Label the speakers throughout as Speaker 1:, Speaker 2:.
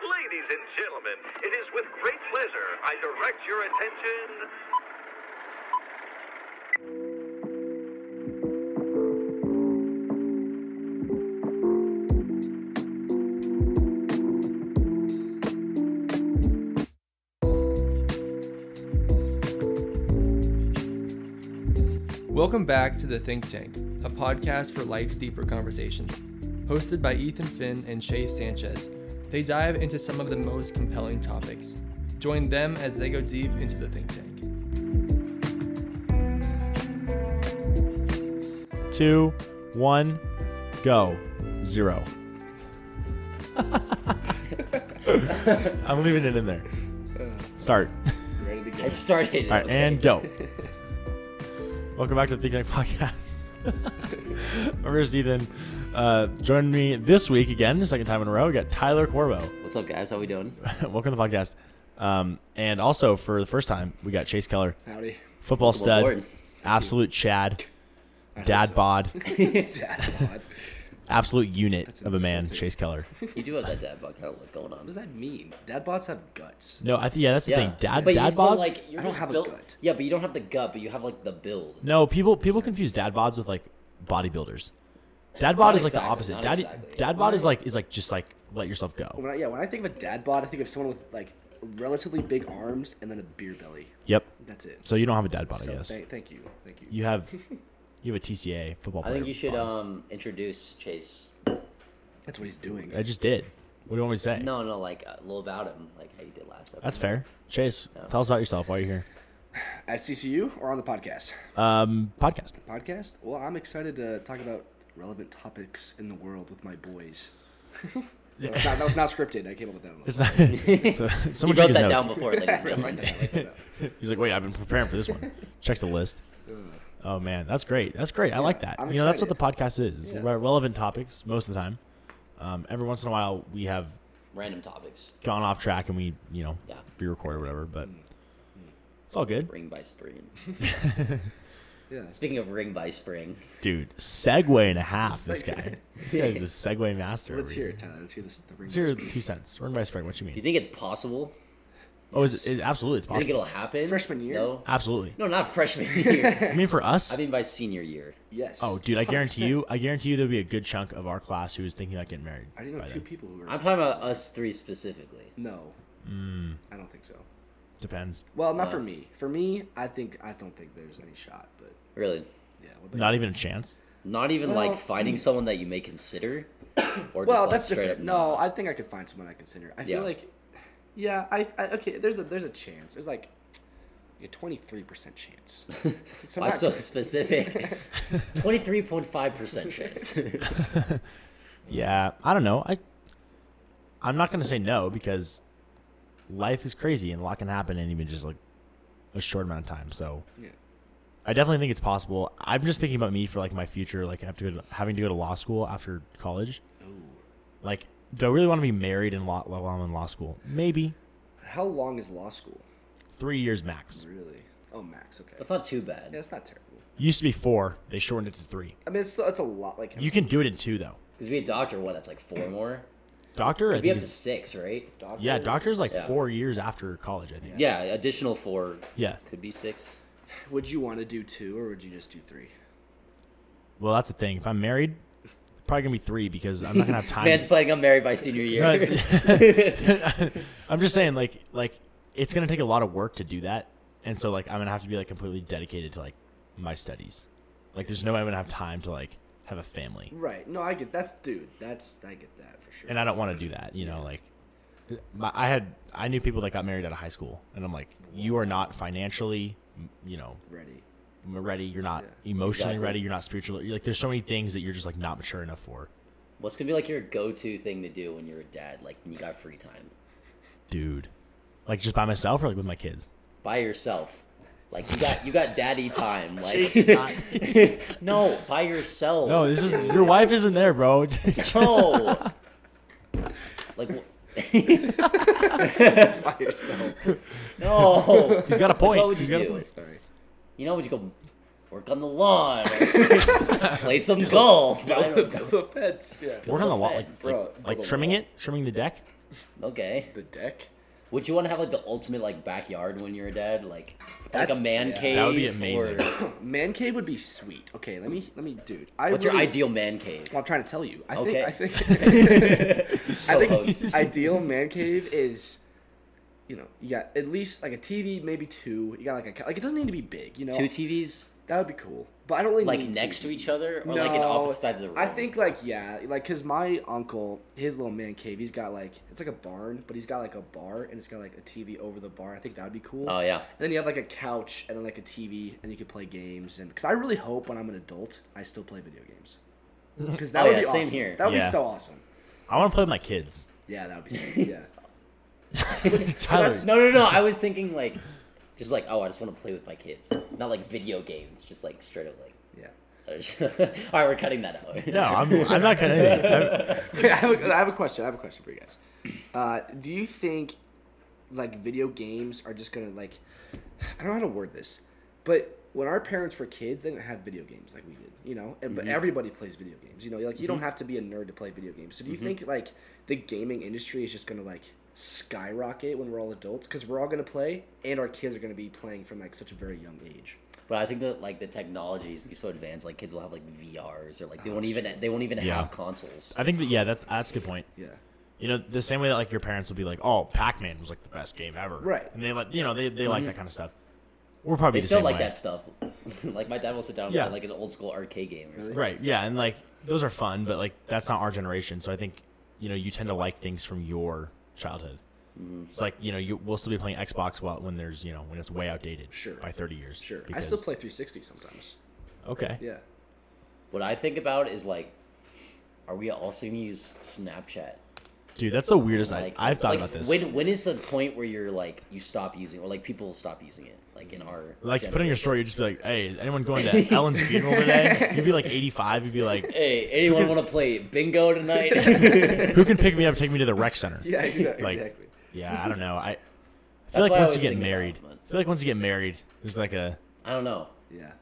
Speaker 1: Ladies and gentlemen, it is with great pleasure I direct your attention
Speaker 2: Welcome back to The Think Tank, a podcast for life's deeper conversations. Hosted by Ethan Finn and Chase Sanchez, they dive into some of the most compelling topics. Join them as they go deep into The Think Tank.
Speaker 3: two, one, go. Zero. I'm leaving it in there. Start.
Speaker 4: I started.
Speaker 3: All right, and go. Welcome back to the Think Tank Podcast. I'm Rich Ethan. Uh, joining me this week again, second time in a row, we got Tyler Corbo.
Speaker 4: What's up, guys? How we doing?
Speaker 3: Welcome to the podcast. Um, and also, for the first time, we got Chase Keller,
Speaker 5: Howdy.
Speaker 3: football
Speaker 4: Welcome
Speaker 3: stud,
Speaker 4: aboard.
Speaker 3: absolute Chad, dad bod,
Speaker 5: Dad bod.
Speaker 3: absolute unit of a man,
Speaker 5: insulting.
Speaker 3: Chase Keller.
Speaker 4: You do have that dad bod kind of look going on.
Speaker 5: What does that mean? Dad bots have guts.
Speaker 3: No, I think yeah, that's the thing. Dad,
Speaker 4: but you-
Speaker 3: dad
Speaker 4: but,
Speaker 3: bods.
Speaker 4: Like, you're
Speaker 5: I don't
Speaker 4: just
Speaker 5: have a
Speaker 4: built-
Speaker 5: gut.
Speaker 4: Yeah, but you don't have the gut, but you have like the build.
Speaker 3: no, people people confuse dad bods with like bodybuilders. Dad bod is like
Speaker 4: exactly,
Speaker 3: the opposite.
Speaker 4: not
Speaker 3: Dad
Speaker 4: exactly.
Speaker 3: dad bod is like is like just like let yourself go.
Speaker 5: When I, yeah, when I think of a dad bod, I think of someone with like relatively big arms and then a beer belly.
Speaker 3: Yep.
Speaker 5: That's it.
Speaker 3: So you don't have a dad bod,
Speaker 5: So
Speaker 3: I guess.
Speaker 5: thank, thank you, thank you.
Speaker 3: You have you have a TCA football.
Speaker 4: I
Speaker 3: Player
Speaker 4: think you should
Speaker 3: bod.
Speaker 4: um introduce Chase.
Speaker 5: That's what he's doing.
Speaker 3: I just did. What do you want me to say?
Speaker 4: uh, No, no, like uh, a little about him, like how you did last episode.
Speaker 3: That's fair. Chase, tell us about yourself while you're here.
Speaker 5: At CCU or on the podcast?
Speaker 3: Um, podcast.
Speaker 5: Podcast? Well, I'm excited to talk about relevant topics in the world with my boys. that, was not, that was not scripted. I came up with that. On the
Speaker 3: It's not, so,
Speaker 4: You
Speaker 3: someone check
Speaker 4: wrote
Speaker 3: his
Speaker 4: that
Speaker 3: notes.
Speaker 4: down before, ladies and
Speaker 5: Write
Speaker 4: gentlemen.
Speaker 5: that down, write that down.
Speaker 3: He's like, wait, I've been preparing for this one. Checks the list. Oh man, that's great. That's great. I like that.
Speaker 5: I'm
Speaker 3: you know, that's what the
Speaker 5: excited.
Speaker 3: podcast is. It's
Speaker 5: Yeah.
Speaker 3: re- relevant topics most of the time. Um, every once in a while, we have
Speaker 4: Random topics.
Speaker 3: gone off track and we, you know,
Speaker 4: Yeah.
Speaker 3: re-record or whatever. But
Speaker 5: Mm.
Speaker 3: it's all good,
Speaker 4: Ring by spring.
Speaker 5: Yeah.
Speaker 4: Speaking of ring by spring,
Speaker 3: dude. Segue and a half. This guy. This guy is the segue master.
Speaker 5: Let's
Speaker 3: over
Speaker 5: hear
Speaker 3: here.
Speaker 5: it, Tyler. Let's hear this. The ring
Speaker 3: Let's hear
Speaker 5: goes-
Speaker 3: two cents. Run by spring. What you
Speaker 4: do you
Speaker 3: mean?
Speaker 4: think it's possible?
Speaker 3: Oh, is it, it absolutely? It's
Speaker 4: Do you think
Speaker 3: possible.
Speaker 4: it'll happen?
Speaker 5: Freshman year?
Speaker 4: No.
Speaker 3: Absolutely.
Speaker 4: No, not freshman year.
Speaker 3: I mean, for us.
Speaker 4: I mean by senior year.
Speaker 5: Yes.
Speaker 3: Oh, dude! I guarantee you. I guarantee you, there'll be a good chunk of our class who is thinking about getting married.
Speaker 5: I didn't know
Speaker 3: by
Speaker 5: two
Speaker 3: then.
Speaker 5: people who were.
Speaker 4: I'm talking about us three specifically.
Speaker 5: No.
Speaker 3: Hmm.
Speaker 5: I don't think so.
Speaker 3: Depends.
Speaker 5: Well, not for
Speaker 4: Uh,
Speaker 5: me. For me, I think I don't think there's any shot. But
Speaker 4: Really.
Speaker 5: yeah, what about
Speaker 3: Not even a chance.
Speaker 4: Not even
Speaker 5: Well- mm.
Speaker 4: like finding someone that you may consider, or
Speaker 5: well,
Speaker 4: just like
Speaker 5: that's
Speaker 4: straight
Speaker 5: different.
Speaker 4: up
Speaker 5: No, I think I could find someone I consider. I
Speaker 4: Yeah.
Speaker 5: feel like, yeah, I, I okay. There's a there's a chance. There's like a twenty three percent chance. So
Speaker 4: Why
Speaker 5: not-
Speaker 4: so specific? Twenty three point five percent chance.
Speaker 3: Yeah, I don't know. I I'm not gonna say no because life is crazy and a lot can happen in even just like a short amount of time. So
Speaker 5: yeah.
Speaker 3: I definitely think it's possible. I'm just thinking about me for like my future, like have to go to, having to go to law school after college. Like, do I really want to be married in law while I'm in law school? Maybe
Speaker 5: How long is law school?
Speaker 3: three years max.
Speaker 5: Really? Oh, max. Okay.
Speaker 4: That's not too bad.
Speaker 5: yeah, it's not terrible.
Speaker 3: Used to be four. They shortened it to three.
Speaker 5: I mean, it's still, it's a lot. Like
Speaker 3: You can do it in two though.
Speaker 4: Because we had doctor, what? That's like four more.
Speaker 3: Doctor, I
Speaker 4: It'd be
Speaker 3: think
Speaker 4: up to
Speaker 3: is,
Speaker 4: six, right?
Speaker 5: doctor-
Speaker 3: yeah, doctor's like
Speaker 4: Yeah.
Speaker 3: four years after college. I think.
Speaker 4: Yeah, additional four.
Speaker 3: Yeah.
Speaker 4: Could be six.
Speaker 5: Would you want to do two or would you just do three?
Speaker 3: Well, that's the thing. If I'm married, probably gonna be three because I'm not gonna have time.
Speaker 4: Man's playing. I'm married by senior year.
Speaker 3: I'm just saying, like, like it's gonna take a lot of work to do that, and so like I'm gonna have to be like completely dedicated to like my studies. Like, there's no way I'm gonna have time to like have a family,
Speaker 5: Right. No, I get that's dude. That's I get that for sure.
Speaker 3: and I don't want to do that. You know, like, my, I had I knew people that got married out of high school, and I'm like, you are not financially, m- you know,
Speaker 5: ready.
Speaker 3: ready. You're not
Speaker 5: Yeah.
Speaker 3: emotionally
Speaker 4: Exactly.
Speaker 3: ready. You're not spiritually. Like, there's so many things that you're just like not mature enough for,
Speaker 4: What's gonna be like your go to thing to do when you're a dad? Like when you got free time
Speaker 3: dude. Like just by myself or like with my kids.
Speaker 4: by yourself. Like you got you got daddy time. Like no, by yourself.
Speaker 3: No, this is your wife isn't there, bro.
Speaker 4: No. like. wh-
Speaker 5: By yourself.
Speaker 4: No.
Speaker 3: He's got a point.
Speaker 4: Oh. What would you
Speaker 3: He's got a
Speaker 4: do?
Speaker 3: point.
Speaker 5: Sorry.
Speaker 4: You know, would you go work on the lawn, or play some golf? I don't know.
Speaker 5: Build a fence. Yeah.
Speaker 3: Work on the wall,
Speaker 4: Fence.
Speaker 3: like,
Speaker 5: Bro,
Speaker 3: like, like
Speaker 5: build a
Speaker 3: trimming
Speaker 5: wall.
Speaker 3: it, trimming the deck.
Speaker 4: Okay.
Speaker 5: The deck?
Speaker 4: Would you want to have like the ultimate like backyard when you're a dad, like like
Speaker 5: That's-
Speaker 4: a man
Speaker 5: yeah.
Speaker 4: cave?
Speaker 3: That would be
Speaker 4: or-
Speaker 3: amazing.
Speaker 5: Man cave would be sweet. Okay, let me let me dude. I
Speaker 4: what's your
Speaker 5: really-
Speaker 4: ideal man cave?
Speaker 5: Well, I'm trying to tell you. I
Speaker 4: Okay.
Speaker 5: think I think I
Speaker 4: Co-host.
Speaker 5: think ideal man cave is you know, you got at least like a TV, maybe two. You got like a ca- like it doesn't need to be big, you know.
Speaker 4: Two TVs
Speaker 5: That would be cool. But I don't really
Speaker 4: like
Speaker 5: need
Speaker 4: next to
Speaker 5: TVs.
Speaker 4: each other, or like in opposite sides of the room.
Speaker 5: I think like yeah, like cause my uncle, his little man cave, he's got like it's like a barn, but he's got like a bar and it's got like a TV over the bar. I think that would be cool.
Speaker 4: Oh, yeah.
Speaker 5: And then you have like a couch and then like a TV and you could play games and because I really hope when I'm an adult I still play video games. Because that
Speaker 4: Oh,
Speaker 5: would
Speaker 4: yeah,
Speaker 5: be
Speaker 4: same
Speaker 5: awesome.
Speaker 4: here.
Speaker 5: That would
Speaker 3: Yeah.
Speaker 5: be so awesome.
Speaker 3: I want to play with my kids.
Speaker 5: Yeah, that would be. Sick. Yeah.
Speaker 3: Tyler,
Speaker 4: No, no, no. I was thinking like, just like oh, I just want to play with my kids, not like video games, just like straight up like.
Speaker 5: Yeah.
Speaker 4: All right, we're cutting that out.
Speaker 3: no, I'm, I'm not cutting anything. I'm-
Speaker 5: I, have a, I have a question. I have a question for you guys. Uh, do you think like video games are just gonna like I don't know how to word this, but when our parents were kids, they didn't have video games like we did, you know. And, But everybody plays video games, you know. Like you don't have to be a nerd to play video games. So do you think like the gaming industry is just gonna like skyrocket when we're all adults because we're all gonna play and our kids are gonna be playing from like such a very young age?
Speaker 4: But I think that like the technology is gonna be so advanced, like kids will have like VRs or like they won't
Speaker 5: that's
Speaker 4: even they won't even
Speaker 3: Yeah.
Speaker 4: have consoles.
Speaker 3: I think that yeah, that's that's a good point.
Speaker 5: Yeah.
Speaker 3: You know, the same way that like your parents will be like, "Oh, Pac-Man was like the best game ever,"
Speaker 5: Right.
Speaker 3: And they like you know they, they like that kind of stuff. We're probably
Speaker 4: Mm-hmm. They
Speaker 3: the
Speaker 4: still
Speaker 3: same
Speaker 4: like
Speaker 3: way.
Speaker 4: that stuff. like my dad will sit down and
Speaker 3: Yeah.
Speaker 4: play like an old school arcade game or something.
Speaker 3: Right. Yeah, and like those are fun, but like that's not our generation. So I think you know you tend to like things from your childhood.
Speaker 4: Mm-hmm.
Speaker 3: It's like you know you we'll still be playing Xbox while, when there's you know when it's way outdated.
Speaker 5: Sure.
Speaker 3: By thirty years.
Speaker 5: Sure. I
Speaker 3: because-
Speaker 5: still play 360 sometimes.
Speaker 3: Okay.
Speaker 5: Yeah.
Speaker 4: What I think about is like, are we also gonna use Snapchat?
Speaker 3: Dude, that's the weirdest.
Speaker 4: Like,
Speaker 3: I, I've
Speaker 4: it's
Speaker 3: thought
Speaker 4: like,
Speaker 3: about this.
Speaker 4: When when is the point where you're like you stop using or like people will stop using it? Like in our
Speaker 3: like you put on your
Speaker 4: generation.
Speaker 3: story, you'd just be like, "Hey, is anyone going to Ellen's funeral today?" You'd be like eighty-five. You'd be like,
Speaker 4: Hey, anyone want to play bingo tonight?
Speaker 3: "Who can pick me up? Take me to the rec center."
Speaker 5: Yeah. Exactly.
Speaker 3: Like-
Speaker 5: exactly.
Speaker 3: Yeah, I don't know. I, I
Speaker 4: That's
Speaker 3: feel
Speaker 4: what
Speaker 3: like once you
Speaker 4: I always
Speaker 3: get
Speaker 4: think about,
Speaker 3: married,
Speaker 4: but-
Speaker 3: I feel like once you get married, there's like a
Speaker 4: I don't know.
Speaker 5: Yeah.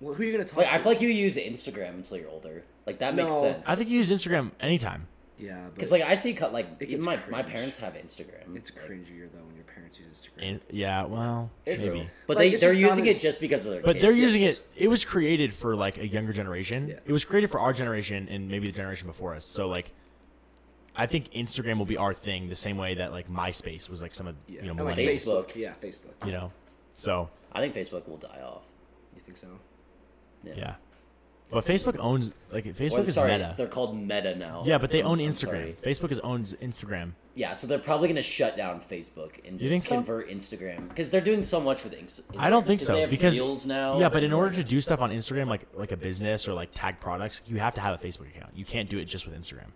Speaker 5: Well, who are you gonna talk?
Speaker 4: Like
Speaker 5: to?
Speaker 4: I feel like you use Instagram until you're older. Like that makes
Speaker 5: No.
Speaker 4: sense.
Speaker 3: I think you use Instagram anytime.
Speaker 5: Yeah, but
Speaker 4: Because like I see, cut like
Speaker 5: It
Speaker 4: even
Speaker 5: gets
Speaker 4: my, my
Speaker 5: cringe.
Speaker 4: time have Instagram.
Speaker 5: it's cringier though when your parents use Instagram.
Speaker 3: And, yeah, well,
Speaker 5: It's-
Speaker 3: maybe.
Speaker 4: But
Speaker 5: Like,
Speaker 4: they
Speaker 5: it's
Speaker 4: they're
Speaker 5: just not
Speaker 4: using
Speaker 5: as-
Speaker 4: it just because of their.
Speaker 3: But they're
Speaker 4: kids.
Speaker 3: using it. It was created for like a younger generation.
Speaker 5: Yeah.
Speaker 3: It was created for our generation and maybe the generation before us. So like, I think Instagram will be our thing the same way that like MySpace was like some of
Speaker 5: yeah,
Speaker 3: you know
Speaker 5: And, like
Speaker 3: millennials.
Speaker 4: millennials.
Speaker 5: Facebook. Yeah, Facebook.
Speaker 3: You know, so
Speaker 4: I think Facebook will die off.
Speaker 5: You think so?
Speaker 3: yeah. But Facebook owns like
Speaker 4: Or,
Speaker 3: Facebook is
Speaker 4: sorry,
Speaker 3: Meta.
Speaker 4: they're called Meta now. Um,
Speaker 3: Yeah, but they
Speaker 4: I'm-
Speaker 3: own
Speaker 4: I'm
Speaker 3: Instagram.
Speaker 4: sorry.
Speaker 3: Facebook is owns Instagram.
Speaker 4: Yeah, so they're probably gonna shut down Facebook and just
Speaker 3: think so?
Speaker 4: convert Instagram because they're doing so much with Inst- Instagram.
Speaker 3: I don't think
Speaker 4: 'Cause
Speaker 3: so
Speaker 4: they have
Speaker 3: because
Speaker 4: Reels now.
Speaker 3: Yeah, but in
Speaker 4: and,
Speaker 3: order to
Speaker 4: like,
Speaker 3: do stuff on Instagram, like like a business or like tag products, you have to have a Facebook account. You can't do it just with Instagram.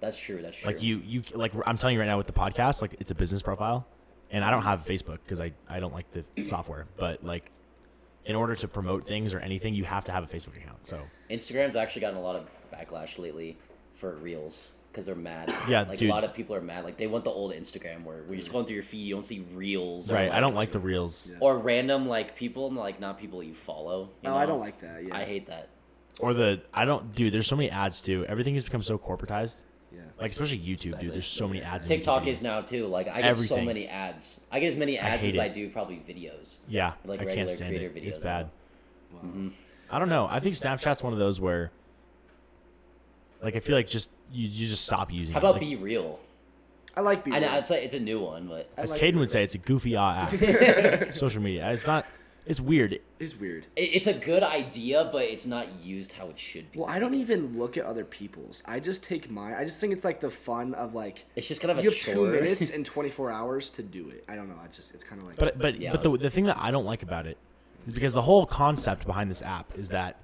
Speaker 4: that's true. That's true.
Speaker 3: Like you you like I'm telling you right now with the podcast, like it's a business profile, and I don't have Facebook because I I don't like the software. But like, in order to promote things or anything, you have to have a Facebook account. So
Speaker 4: Instagram's actually gotten a lot of backlash lately for Reels because they're mad.
Speaker 3: Yeah,
Speaker 4: like
Speaker 3: dude.
Speaker 4: a lot of people are mad. Like they want the old Instagram where we're just going through your feed, you don't see Reels. Or,
Speaker 3: right, I don't like the reels
Speaker 5: Yeah.
Speaker 4: or random like people, like not people you follow. you
Speaker 5: No, I
Speaker 4: know?
Speaker 5: don't like that. Yeah,
Speaker 4: I hate that.
Speaker 3: or the I don't dude. There's so many ads too. Everything has become so corporatized.
Speaker 5: Yeah,
Speaker 3: Like especially YouTube, dude. There's so many ads. in
Speaker 4: TikTok
Speaker 3: YouTube.
Speaker 4: is now too. Like I get so
Speaker 3: Everything.
Speaker 4: many ads. I get as many ads
Speaker 3: hate
Speaker 4: as
Speaker 3: it.
Speaker 4: I do probably videos.
Speaker 3: Yeah,
Speaker 4: like
Speaker 3: I can't
Speaker 4: regular
Speaker 3: stand
Speaker 4: creator
Speaker 3: it.
Speaker 4: videos
Speaker 3: It's bad.
Speaker 4: now.
Speaker 5: mm-hmm.
Speaker 3: I don't know. I think Snapchat's one of those where, like, I feel like just you, you just stop using.
Speaker 4: How
Speaker 3: it.
Speaker 4: about
Speaker 3: like,
Speaker 4: be real?
Speaker 5: I like being.
Speaker 4: I know it's like it's a new one, but
Speaker 5: I
Speaker 3: As
Speaker 5: like
Speaker 3: Caden
Speaker 5: it.
Speaker 3: would say, it's a goofy ah app. Social media. It's not. It's weird.
Speaker 5: It's weird.
Speaker 4: it- it's a good idea, but it's not used how it should be.
Speaker 5: Well, I don't even look at other people's. I just take mine. I just think it's like the fun of like.
Speaker 4: It's just kind of a
Speaker 5: you have
Speaker 4: chore.
Speaker 5: two minutes and twenty four hours to do it. I don't know. I just it's kind of like.
Speaker 3: But but
Speaker 4: Yeah.
Speaker 3: but the the thing that I don't like about it is because the whole concept behind this app is that,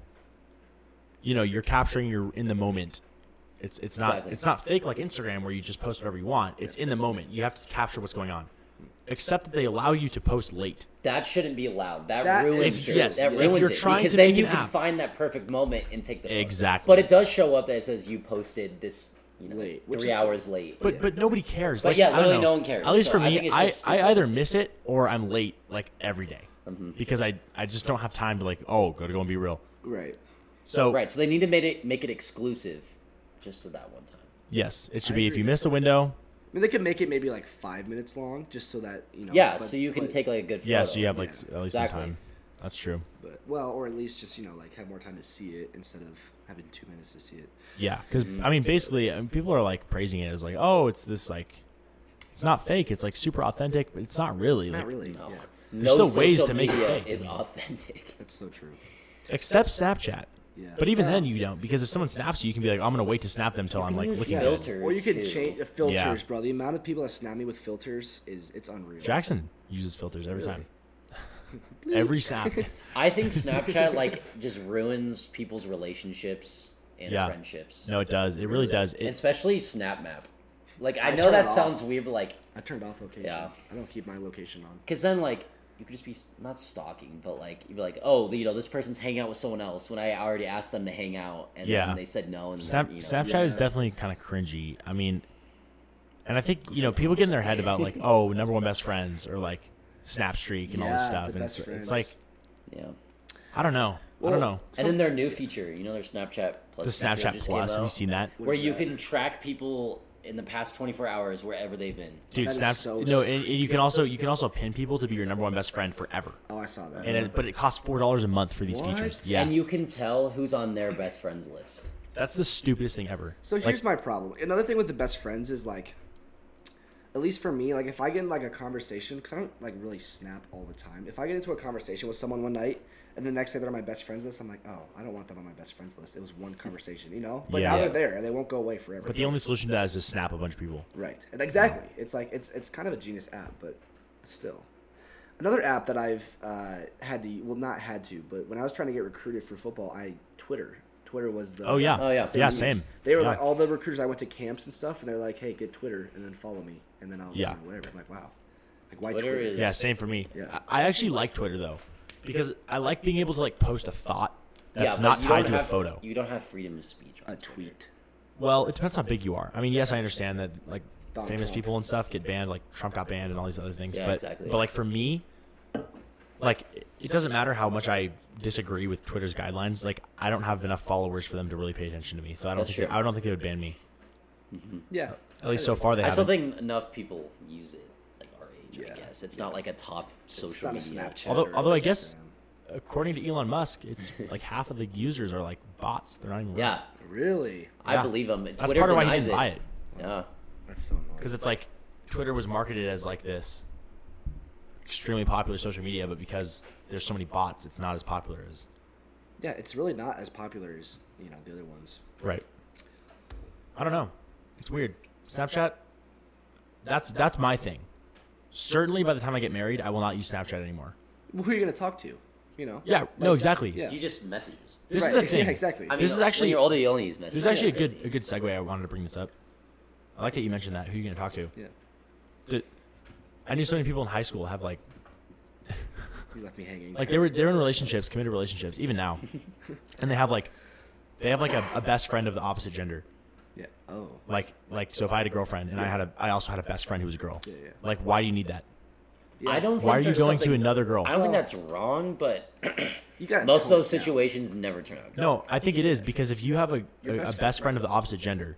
Speaker 3: you know, you're capturing your in the moment. It's it's not
Speaker 4: Exactly.
Speaker 3: it's not fake like Instagram where you just post whatever you want. It's in the moment. You have to capture what's going on. Except that they allow you to post late.
Speaker 4: That shouldn't be allowed. That,
Speaker 5: That
Speaker 4: ruins
Speaker 5: is
Speaker 4: it.
Speaker 5: Yes,
Speaker 4: that
Speaker 3: if
Speaker 4: ruins
Speaker 3: you're
Speaker 4: it
Speaker 3: trying
Speaker 4: because
Speaker 3: to
Speaker 4: then
Speaker 3: make
Speaker 4: you
Speaker 3: an
Speaker 4: can
Speaker 3: app.
Speaker 4: find that perfect moment and take the photo.
Speaker 3: Exactly.
Speaker 4: But it does show up that it says you posted this you know,
Speaker 5: Late, which
Speaker 4: three
Speaker 5: is-
Speaker 4: hours late.
Speaker 3: But but nobody cares.
Speaker 4: But
Speaker 3: like,
Speaker 4: yeah,
Speaker 3: I don't
Speaker 4: literally
Speaker 3: know.
Speaker 4: no one cares.
Speaker 3: At least
Speaker 4: So
Speaker 3: for
Speaker 4: I
Speaker 3: me,
Speaker 4: think it's
Speaker 3: I,
Speaker 4: just
Speaker 3: I
Speaker 4: stupid. Mm-hmm.
Speaker 3: either miss it or I'm late like every day. because I I just don't have time to like oh go to go and be real.
Speaker 5: right.
Speaker 3: So
Speaker 4: right, so they need to make it make it exclusive, just to that one time.
Speaker 3: yes, it should
Speaker 5: I
Speaker 3: be
Speaker 5: agree
Speaker 3: if you
Speaker 5: with
Speaker 3: miss a window,
Speaker 5: mean, they could make it maybe like five minutes long, just so that you know.
Speaker 4: Yeah,
Speaker 5: but-
Speaker 4: so you can
Speaker 5: but-
Speaker 4: take like a good. Photo.
Speaker 3: Yeah, so you have like
Speaker 5: yeah,
Speaker 3: s- at least
Speaker 4: exactly.
Speaker 3: some time. That's true.
Speaker 5: but, well, or at least just you know like have more time to see it instead of having two minutes to see it.
Speaker 3: Yeah,
Speaker 5: Mm,
Speaker 3: because I mean, basically, I mean, people are like praising it as like, oh, it's this like, it's not fake. It's like super authentic, but it's not really.
Speaker 5: Not
Speaker 3: like,
Speaker 5: really.
Speaker 4: No.
Speaker 5: Yeah,
Speaker 4: No
Speaker 3: still ways
Speaker 4: social
Speaker 3: to make it
Speaker 4: media
Speaker 3: fake,
Speaker 4: is
Speaker 3: I mean.
Speaker 4: authentic.
Speaker 5: that's so true.
Speaker 3: Except Snapchat.
Speaker 5: Yeah.
Speaker 3: But even then, you don't because if someone snaps you, you can be like, I'm gonna wait to snap them till I'm
Speaker 4: can
Speaker 3: like
Speaker 4: use
Speaker 3: looking at it.
Speaker 4: filters.
Speaker 5: Or you could
Speaker 4: too.
Speaker 5: change uh, filters,
Speaker 3: Yeah.
Speaker 5: bro. The amount of people that snap me with filters is it's unreal.
Speaker 3: Jackson uses filters every time. every snap.
Speaker 4: I think Snapchat like just ruins people's relationships and
Speaker 3: Yeah.
Speaker 4: friendships.
Speaker 3: No, it does. It really does.
Speaker 4: And
Speaker 3: It's
Speaker 4: especially Snap Map. Like I,
Speaker 5: I
Speaker 4: know
Speaker 5: turn
Speaker 4: that
Speaker 5: it off.
Speaker 4: sounds weird, but like,
Speaker 5: I turned off location.
Speaker 4: Yeah.
Speaker 5: I don't keep my location on.
Speaker 4: cause then like you could just be s- not stalking, but like you'd be like, oh, you know, this person's hanging out with someone else when I already asked them to hang out, and
Speaker 3: Yeah.
Speaker 4: then they said no, and
Speaker 3: Snap,
Speaker 4: then, you know,
Speaker 3: Snapchat
Speaker 4: yeah.
Speaker 3: is definitely kind of cringy. I mean, and I think you know people get in their head about like, oh, number one best friends or like Snap Streak and all
Speaker 5: Yeah,
Speaker 3: this stuff,
Speaker 5: the
Speaker 3: and
Speaker 5: best
Speaker 3: it's, it's
Speaker 5: friends.
Speaker 3: like
Speaker 4: yeah.
Speaker 3: I don't know, I don't
Speaker 5: Well,
Speaker 3: know.
Speaker 4: And then their new feature, you know, their Snapchat
Speaker 3: The
Speaker 4: Plus. feature
Speaker 3: Snapchat
Speaker 4: just came
Speaker 3: Plus, have you
Speaker 4: out,
Speaker 3: seen that?
Speaker 5: What
Speaker 4: where
Speaker 5: is
Speaker 4: you
Speaker 5: that?
Speaker 4: can track people in the past 24 hours wherever they've been.
Speaker 3: Dude,
Speaker 5: That is
Speaker 3: Snap.
Speaker 5: so
Speaker 3: no, and, and you can also you can also pin people to be your number one best friend forever.
Speaker 5: Oh, I saw that.
Speaker 3: And it, but it costs four dollars a month for these
Speaker 5: What?
Speaker 3: features. Yeah,
Speaker 4: And you can tell who's on their best friends list.
Speaker 3: that's the stupidest thing ever.
Speaker 5: so here's my problem. Another thing with the best friends is like, at least for me, like if I get in like a conversation, because I don't like really snap all the time. If I get into a conversation with someone one night and the next day they're on my best friends list, I'm like, oh, I don't want them on my best friends list. It was one conversation, you know. But now
Speaker 3: Yeah.
Speaker 5: they're there and they won't go away forever.
Speaker 3: But the only solution to that is to snap a bunch of people.
Speaker 5: Right. And Exactly. It's like it's it's kind of a genius app, but still. Another app that I've uh, had to well not had to, but when I was trying to get recruited for football, I Twitter. Twitter was the
Speaker 3: Oh yeah.
Speaker 4: Oh, yeah.
Speaker 3: Yeah.
Speaker 4: Things.
Speaker 3: Same.
Speaker 5: They were
Speaker 3: Yeah.
Speaker 5: like all the recruiters I went to camps and stuff, and they're like, "Hey, get Twitter and then follow me," and then I'll
Speaker 3: Yeah.
Speaker 5: you know, whatever. I'm like, wow, like why
Speaker 4: Twitter
Speaker 5: Twitter,
Speaker 4: is-
Speaker 3: Yeah, same for me.
Speaker 5: Yeah.
Speaker 3: I I actually like Twitter though, because I like being able to like post a thought that's
Speaker 4: but
Speaker 3: not
Speaker 4: you
Speaker 3: tied
Speaker 4: don't
Speaker 3: to a
Speaker 4: have-
Speaker 3: photo.
Speaker 4: You don't have freedom of speech.
Speaker 5: a tweet?
Speaker 3: Well, it depends how big you are. I mean, yes, I understand that like
Speaker 5: Donald
Speaker 3: famous
Speaker 5: Trump.
Speaker 3: people and stuff get banned, like Trump got banned and all these other things.
Speaker 4: Yeah,
Speaker 3: but
Speaker 4: exactly.
Speaker 3: but like for me, like it- it doesn't matter how much I disagree with Twitter's guidelines. Like I don't have enough followers for them to really pay attention to me. So I don't
Speaker 4: That's
Speaker 3: think
Speaker 4: true.
Speaker 3: I don't think they would ban me.
Speaker 5: Yeah.
Speaker 3: At least so far they
Speaker 4: I still
Speaker 3: haven't.
Speaker 4: think enough people use it, like our age,
Speaker 5: Yeah.
Speaker 4: I guess. It's not like a top
Speaker 5: It's
Speaker 4: social
Speaker 5: not a
Speaker 4: media.
Speaker 5: Snapchat.
Speaker 3: Although-
Speaker 5: or
Speaker 3: although I
Speaker 5: Instagram.
Speaker 3: guess- According to Elon Musk, it's like half of the users are like bots. They're not even. real.
Speaker 4: Yeah,
Speaker 5: really,
Speaker 4: I
Speaker 3: Yeah.
Speaker 4: believe him.
Speaker 3: That's
Speaker 4: Twitter
Speaker 3: part of why he
Speaker 4: denies
Speaker 3: didn't buy it.
Speaker 4: Yeah.
Speaker 5: that's so annoying.
Speaker 3: because it's like Twitter was marketed as like this extremely popular social media, but because there's so many bots, it's not as popular as
Speaker 5: yeah, it's really not as popular as you know the other ones.
Speaker 3: right. I don't know. It's weird. Snapchat. That's that's my thing. Certainly, by the time I get married, I will not use Snapchat anymore.
Speaker 5: Who are you gonna talk to? You know?
Speaker 3: Yeah. No. Exactly.
Speaker 5: Yeah.
Speaker 4: You just messages.
Speaker 3: This
Speaker 5: Right,
Speaker 3: is the
Speaker 5: yeah,
Speaker 3: thing.
Speaker 5: exactly.
Speaker 4: I mean,
Speaker 3: This is actually-
Speaker 4: when you're older, you only use
Speaker 3: This is
Speaker 4: messages.
Speaker 3: actually a good a good segue. I wanted to bring this up. I like that you mentioned that. Who are you going to talk to?
Speaker 5: Yeah.
Speaker 3: The- I knew so many people in high school have like
Speaker 5: You left me hanging.
Speaker 3: like they were they're in relationships, committed relationships, even now, and they have like they have like a, a best friend of the opposite gender.
Speaker 5: yeah. Oh.
Speaker 3: Like like so, if I had a girlfriend and I had a I also had a best friend who was a girl.
Speaker 5: yeah.
Speaker 3: Like why do you need that?
Speaker 5: Yeah.
Speaker 4: I don't. Think
Speaker 3: Why are you
Speaker 4: there's
Speaker 3: going to
Speaker 4: something-
Speaker 3: another girl?
Speaker 4: I don't think that's wrong, but
Speaker 5: You got
Speaker 4: most of those situations never turn out. good.
Speaker 3: No, I think it is because if you have a, a,
Speaker 5: best
Speaker 3: a
Speaker 5: friend.
Speaker 3: best friend of the opposite gender,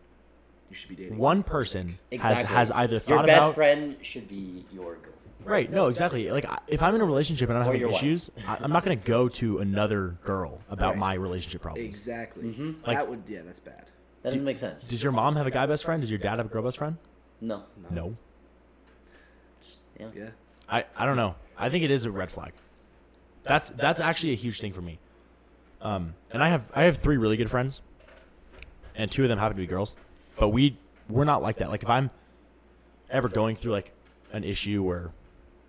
Speaker 5: You should be dating.
Speaker 3: one person
Speaker 4: Exactly.
Speaker 3: has has either
Speaker 4: your
Speaker 3: thought
Speaker 4: best
Speaker 3: about
Speaker 4: friend should be your girlfriend.
Speaker 3: right. No, exactly. Like I- if I'm in a relationship and I'm having
Speaker 4: your wife.
Speaker 3: issues, I, I'm not going to go to another girl about
Speaker 5: Right.
Speaker 3: my relationship problems.
Speaker 5: Exactly.
Speaker 4: Mm-hmm.
Speaker 3: Like-
Speaker 5: that would yeah, that's bad.
Speaker 4: That doesn't make sense.
Speaker 3: Does your mom have a guy best friend? Does your dad have a girl best friend?
Speaker 4: no.
Speaker 3: No.
Speaker 4: Yeah.
Speaker 5: Yeah.
Speaker 3: I, I don't know. I think it is a red flag. That's that's actually a huge thing for me. Um, and I have I have three really good friends, and two of them happen to be girls, but we we're not like that. Like if I'm ever going through like an issue or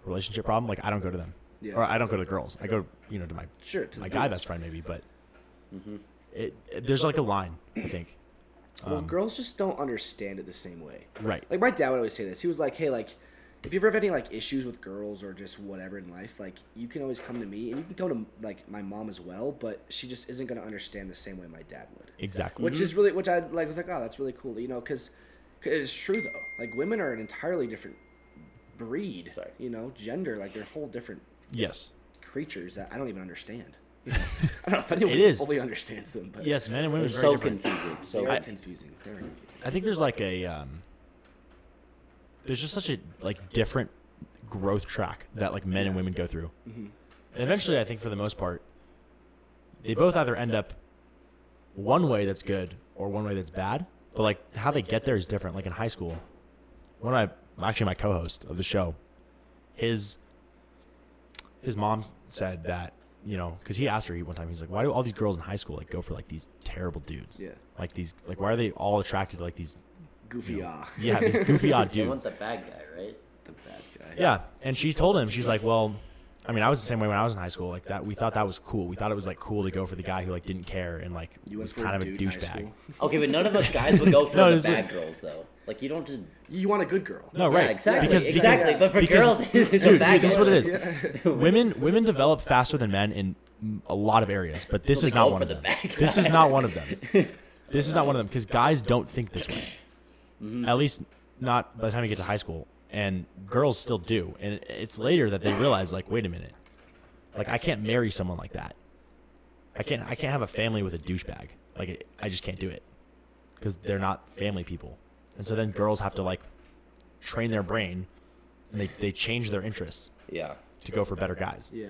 Speaker 3: relationship problem, like I don't go to them,
Speaker 5: Yeah.
Speaker 3: or I don't go to the girls. I go you know to my
Speaker 5: Sure. To
Speaker 3: my
Speaker 5: the Mm-hmm.
Speaker 3: guy
Speaker 5: dudes.
Speaker 3: best friend maybe, but it, it- there's like a line I think. Um,
Speaker 5: Well, girls just don't understand it the same way.
Speaker 3: Right.
Speaker 5: Like my dad would always say this. He was like, "Hey, like, if you ever have any like issues with girls or just whatever in life, like, you can always come to me, and you can come to like my mom as well, but she just isn't gonna understand the same way my dad would."
Speaker 3: Exactly.
Speaker 4: Mm-hmm.
Speaker 5: Which is really, which I like was like, "Oh, that's really cool," you know, because it's true though. Like women are an entirely different breed,
Speaker 4: Sorry.
Speaker 5: you know, gender. Like they're whole different
Speaker 3: yes.
Speaker 5: creatures that I don't even understand. You know? I don't know if anyone
Speaker 3: It is.
Speaker 5: fully understands them, but
Speaker 3: Yes, men and women are
Speaker 4: It's
Speaker 3: very
Speaker 4: so
Speaker 3: different.
Speaker 4: confusing. So
Speaker 5: they're
Speaker 3: I-
Speaker 5: confusing. They're confusing.
Speaker 3: I think there's like a um, there's just such a like different growth track that like men and women go through. And eventually, I think for the most part, they both either end up one way that's good or one way that's bad. But like how they get there is different. Like in high school, one of my actually my co-host of the show, his his mom said that you know because he asked her one time he's like why do all these girls in high school like go for like these terrible dudes
Speaker 5: Yeah.
Speaker 3: like these like why are they all attracted to like these
Speaker 5: Goofy ah.
Speaker 3: yeah these goofy odd
Speaker 4: The
Speaker 3: dudes
Speaker 4: one's a bad guy, right?
Speaker 5: The bad guy.
Speaker 3: yeah and she told him she's like well i mean i was the same way when i was in high school like that we thought that was cool we thought it was like cool to go for the guy who like didn't care and like
Speaker 5: You went
Speaker 3: was
Speaker 5: for
Speaker 3: kind of a
Speaker 5: dude in high
Speaker 3: douchebag
Speaker 5: school.
Speaker 4: Okay, but none of us guys would go for
Speaker 3: No,
Speaker 4: the
Speaker 3: this is-
Speaker 4: bad girls though. Like you don't just
Speaker 5: You want a good girl.
Speaker 3: no
Speaker 4: yeah,
Speaker 3: right
Speaker 4: exactly
Speaker 3: because, because-
Speaker 4: exactly. but for
Speaker 3: because-
Speaker 4: girls, it's
Speaker 3: dude,
Speaker 4: a
Speaker 3: dude,
Speaker 4: bad
Speaker 3: this is what it
Speaker 4: girl.
Speaker 3: is women women develop faster than men in mm, a lot of areas, but this
Speaker 4: So
Speaker 3: is
Speaker 4: they
Speaker 3: not
Speaker 4: go
Speaker 3: one
Speaker 4: for
Speaker 3: of
Speaker 4: the
Speaker 3: them.
Speaker 4: bad
Speaker 3: This
Speaker 4: guy.
Speaker 3: is not one of them. This is not one of them because guys don't think this way.
Speaker 4: Mm-hmm.
Speaker 3: At least not by the time you get to high school, and girls still do. And it- it's later that they realize, like, wait a minute, like I can't marry someone like that. I can't I can't have a family with a douchebag. Like it, I just can't do it because they're not family people. And so then girls have to like train their brain, and they they change their interests
Speaker 4: Yeah.
Speaker 3: to go for better guys.
Speaker 5: Yeah.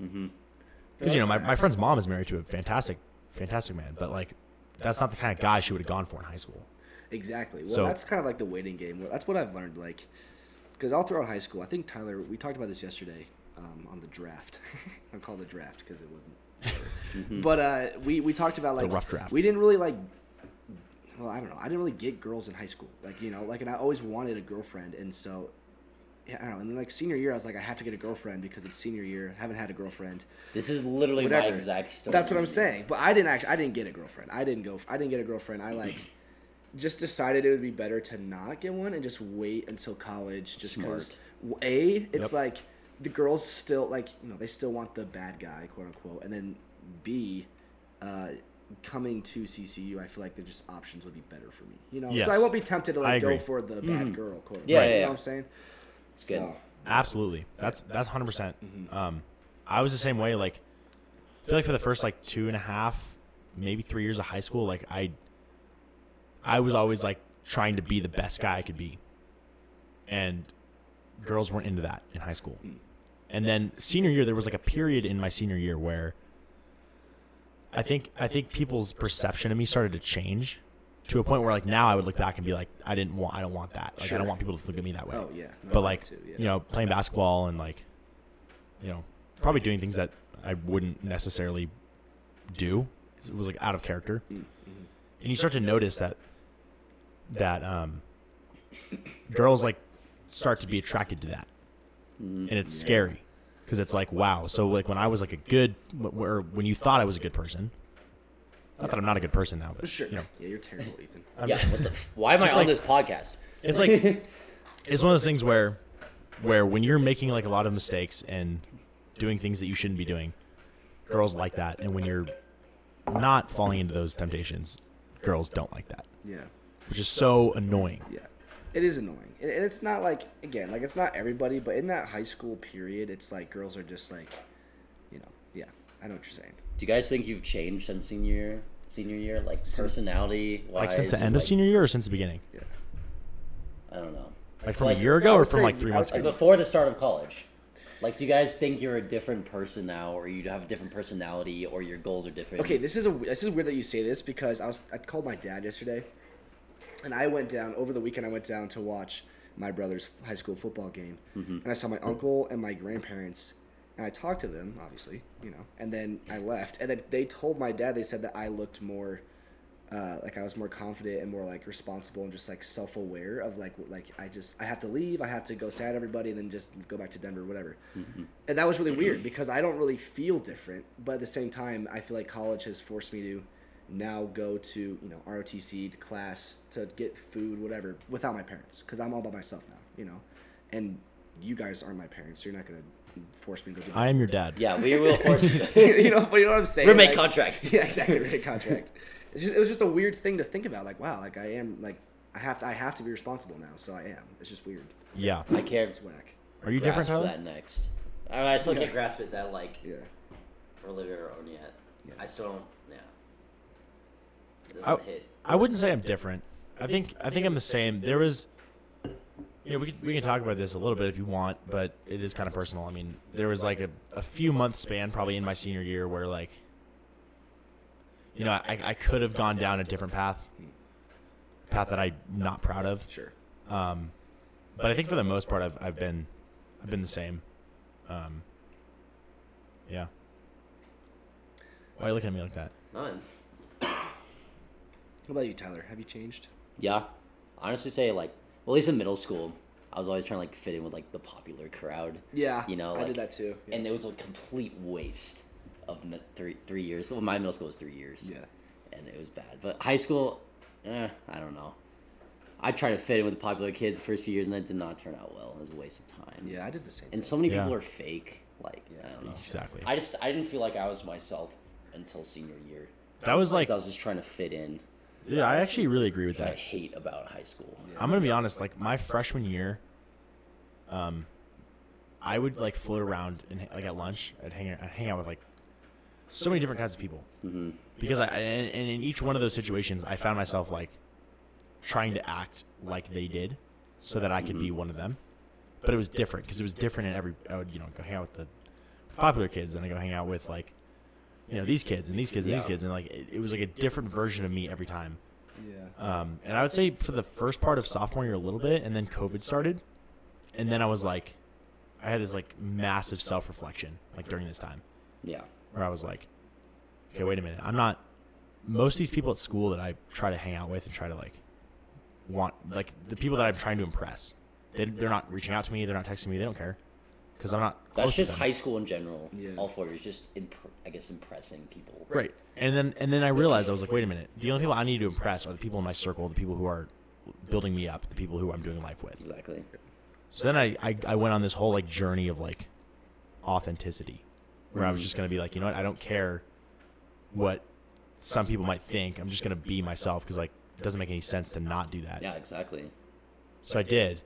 Speaker 3: Because you know, my, my friend's mom is married to a fantastic, fantastic man, but like, that's not the kind of guy she would have gone for in high school.
Speaker 5: Exactly. Well,
Speaker 3: So-
Speaker 5: that's kind of like the waiting game. Well, That's what I've learned. Like, because all throughout high school, I think Tyler, we talked about this yesterday um, on the draft. I'm called the draft because it wasn't. But uh, we we talked about like
Speaker 3: Mm-hmm. rough draft.
Speaker 5: We didn't really like. Well, I don't know. I didn't really get girls in high school. Like you know, like and I always wanted a girlfriend, and so yeah, I don't know. And then like senior year, I was like, I have to get a girlfriend because it's senior year. haven't had a girlfriend.
Speaker 4: This is literally my
Speaker 5: Whatever.
Speaker 4: exact story.
Speaker 5: That's what I'm saying. But I didn't actually. I didn't get a girlfriend. I didn't go. I didn't get a girlfriend. I like just decided it would be better to not get one and just wait until college. Just because a
Speaker 3: Yep.
Speaker 5: it's like the girls still like you know they still want the bad guy quote unquote, and then b uh, coming to CCU, I feel like the just options would be better for me. You know,
Speaker 3: Yes.
Speaker 5: so I won't be tempted to
Speaker 3: I
Speaker 5: like go
Speaker 3: agree.
Speaker 5: for the bad girl quote. Unquote,
Speaker 4: Mm-hmm. Yeah,
Speaker 5: you
Speaker 4: yeah,
Speaker 5: know
Speaker 4: yeah.
Speaker 5: what I'm saying. It's
Speaker 4: good.
Speaker 3: Absolutely, that's that's hundred percent.
Speaker 5: Mm-hmm.
Speaker 3: Um, I was the same way. Like, I feel like for the first like two and a half, maybe three years of high school, like I, I was always like trying to be the best guy I could be, and girls weren't into that in high school.
Speaker 5: Mm.
Speaker 3: And then senior year, there was like a period in my senior year where I think I think people's perception of me started to change to a point where like now I would look back and be like, I didn't want, I don't want that. Like I
Speaker 5: Sure.
Speaker 3: don't want people to look at me that way.
Speaker 5: Oh, yeah. No,
Speaker 3: but
Speaker 5: me
Speaker 3: like
Speaker 5: too, yeah.
Speaker 3: you know, playing basketball and like you know, probably doing things that I wouldn't necessarily do. It was like out of character. And you start to notice that that um girls like start to be attracted to that and it's scary because it's like wow so like when i was like a good wh- or when you thought i was a good person not that i'm not a good person now but
Speaker 5: Sure.
Speaker 3: you know Uh,
Speaker 5: Yeah, you're terrible, Ethan.
Speaker 4: Yeah. What the, why am I
Speaker 3: Just
Speaker 4: on
Speaker 3: like-
Speaker 4: this podcast?
Speaker 3: it's like it's one of those things where where when you're making like a lot of mistakes and doing things that you shouldn't be doing girls like that and when you're not falling into those temptations girls don't like that
Speaker 5: Yeah.
Speaker 3: which is so annoying
Speaker 5: Yeah, it is annoying, and and it's not like again, like it's not everybody, but in that high school period, it's like girls are just like, you know, yeah, I know what you're saying.
Speaker 4: Do you guys think you've changed since senior year? Senior year, like personality,
Speaker 3: like since the end
Speaker 4: like,
Speaker 3: of senior year or since the beginning
Speaker 5: Yeah,
Speaker 4: I don't know.
Speaker 3: like from
Speaker 4: Like,
Speaker 3: a year ago or
Speaker 5: would
Speaker 3: from
Speaker 5: say-
Speaker 3: like three
Speaker 5: I would
Speaker 3: months
Speaker 5: say
Speaker 3: ago
Speaker 4: Like before the start of college. Like, do you guys think you're a different person now, or you have a different personality, or your goals are different?
Speaker 5: Okay, this is a this is weird that you say this because I was I called my dad yesterday, and I went down over the weekend. I went down to watch my brother's high school football game, and I saw my uncle and my grandparents, and I talked to them, obviously, you know, and then I left, and then they told my dad they said that I looked more. Uh, like I was more confident and more like responsible and just like self aware of like w- like I just I have to leave I have to go say hi to everybody and then just go back to Denver whatever, and that was really weird because I don't really feel different but at the same time I feel like college has forced me to now go to you know ROTC to class to get food whatever without my parents because I'm all by myself now you know, and you guys aren't my parents so you're not gonna force me to go do
Speaker 3: i am your dad
Speaker 4: Yeah, we will force
Speaker 5: you know but you know what I'm saying
Speaker 4: roommate
Speaker 5: like-
Speaker 4: contract.
Speaker 5: yeah, exactly. Written contract. It's just, it was just a weird thing to think about. Like, wow, like I am, like I have to, I have to be responsible now. So I am. It's just weird.
Speaker 3: yeah
Speaker 4: I can't
Speaker 5: It's whack.
Speaker 3: are you different
Speaker 4: grasp
Speaker 3: Tyler?
Speaker 4: that next. I, mean, I still can't grasp it that like
Speaker 5: Yeah.
Speaker 4: we're living our own yet. I still don't. Yeah, it doesn't
Speaker 3: I,
Speaker 4: hit.
Speaker 3: I wouldn't say I'm different. I think I think I'm the same. There was you know, we can, we can talk about this a little bit if you want, but it is kind of personal. I mean, there was like a, a few month span probably in my senior year where like, you know, I, I could have gone down a different path, path that I'm not proud of.
Speaker 5: Sure.
Speaker 3: Um, but I think for the most part, I've, I've been, I've been the same. Um, yeah. Why are you looking at me like that?
Speaker 4: None.
Speaker 5: What about you, Tyler? Have you changed?
Speaker 4: Yeah. Honestly say like well, at least in middle school, I was always trying to like fit in with like the popular crowd.
Speaker 5: Yeah.
Speaker 4: You know,
Speaker 5: I
Speaker 4: like-
Speaker 5: did that too. Yeah.
Speaker 4: And it was a complete waste of mi- three three years. Well, my middle school was three years.
Speaker 5: Yeah.
Speaker 4: And it was bad. But high school, eh, I don't know. I tried to fit in with the popular kids the first few years, and that did not turn out well. It was a waste of time.
Speaker 5: Yeah, I did the same.
Speaker 4: And
Speaker 5: thing.
Speaker 4: so many
Speaker 3: Yeah.
Speaker 4: people are fake. Like, I don't know.
Speaker 3: Exactly.
Speaker 4: I just I didn't feel like I was myself until senior year.
Speaker 3: That was like,
Speaker 4: 'Cause I was just trying to fit in.
Speaker 3: yeah, I actually really agree with
Speaker 4: What I
Speaker 3: that.
Speaker 4: hate about high school.
Speaker 3: I'm gonna be honest. Like my freshman year, um, I would like float around and like at lunch, I'd hang, I'd hang out with like so many different kinds of people. Mm-hmm. Because I and, and in each one of those situations, I found myself like trying to act like they did, so that I could be one of them. But it was different because it was different in every. I would you know go hang out with the popular kids, and I go hang out with like you know these kids and these kids and these
Speaker 4: Yeah.
Speaker 3: kids, and like it, it was like a different version of me every time.
Speaker 5: yeah.
Speaker 3: Um, and I would say for the first part of sophomore year, a little bit, and then COVID started, and then I was like, I had this like massive self reflection like during this time
Speaker 4: Yeah.
Speaker 3: where I was like, okay, wait a minute, I'm not. Most of these people at school that I try to hang out with and try to like want like the people that I'm trying to impress, they they're not reaching out to me, they're not texting me, they don't care because I'm not.
Speaker 4: That's
Speaker 3: close to
Speaker 4: just
Speaker 3: them.
Speaker 4: high school in general.
Speaker 5: Yeah.
Speaker 4: All four years, just imp- I guess impressing people.
Speaker 3: Right. And then and then I realized I was like, wait a minute. The only people I need to impress are the people in my circle, the people who are building me up, the people who I'm doing life with.
Speaker 4: Exactly.
Speaker 3: So then I I, I went on this whole like journey of like authenticity, where I was just gonna be like, you know what, I don't care what some people might think. I'm just gonna be myself because like it doesn't make any sense to not do that.
Speaker 4: Yeah, exactly.
Speaker 3: So I did.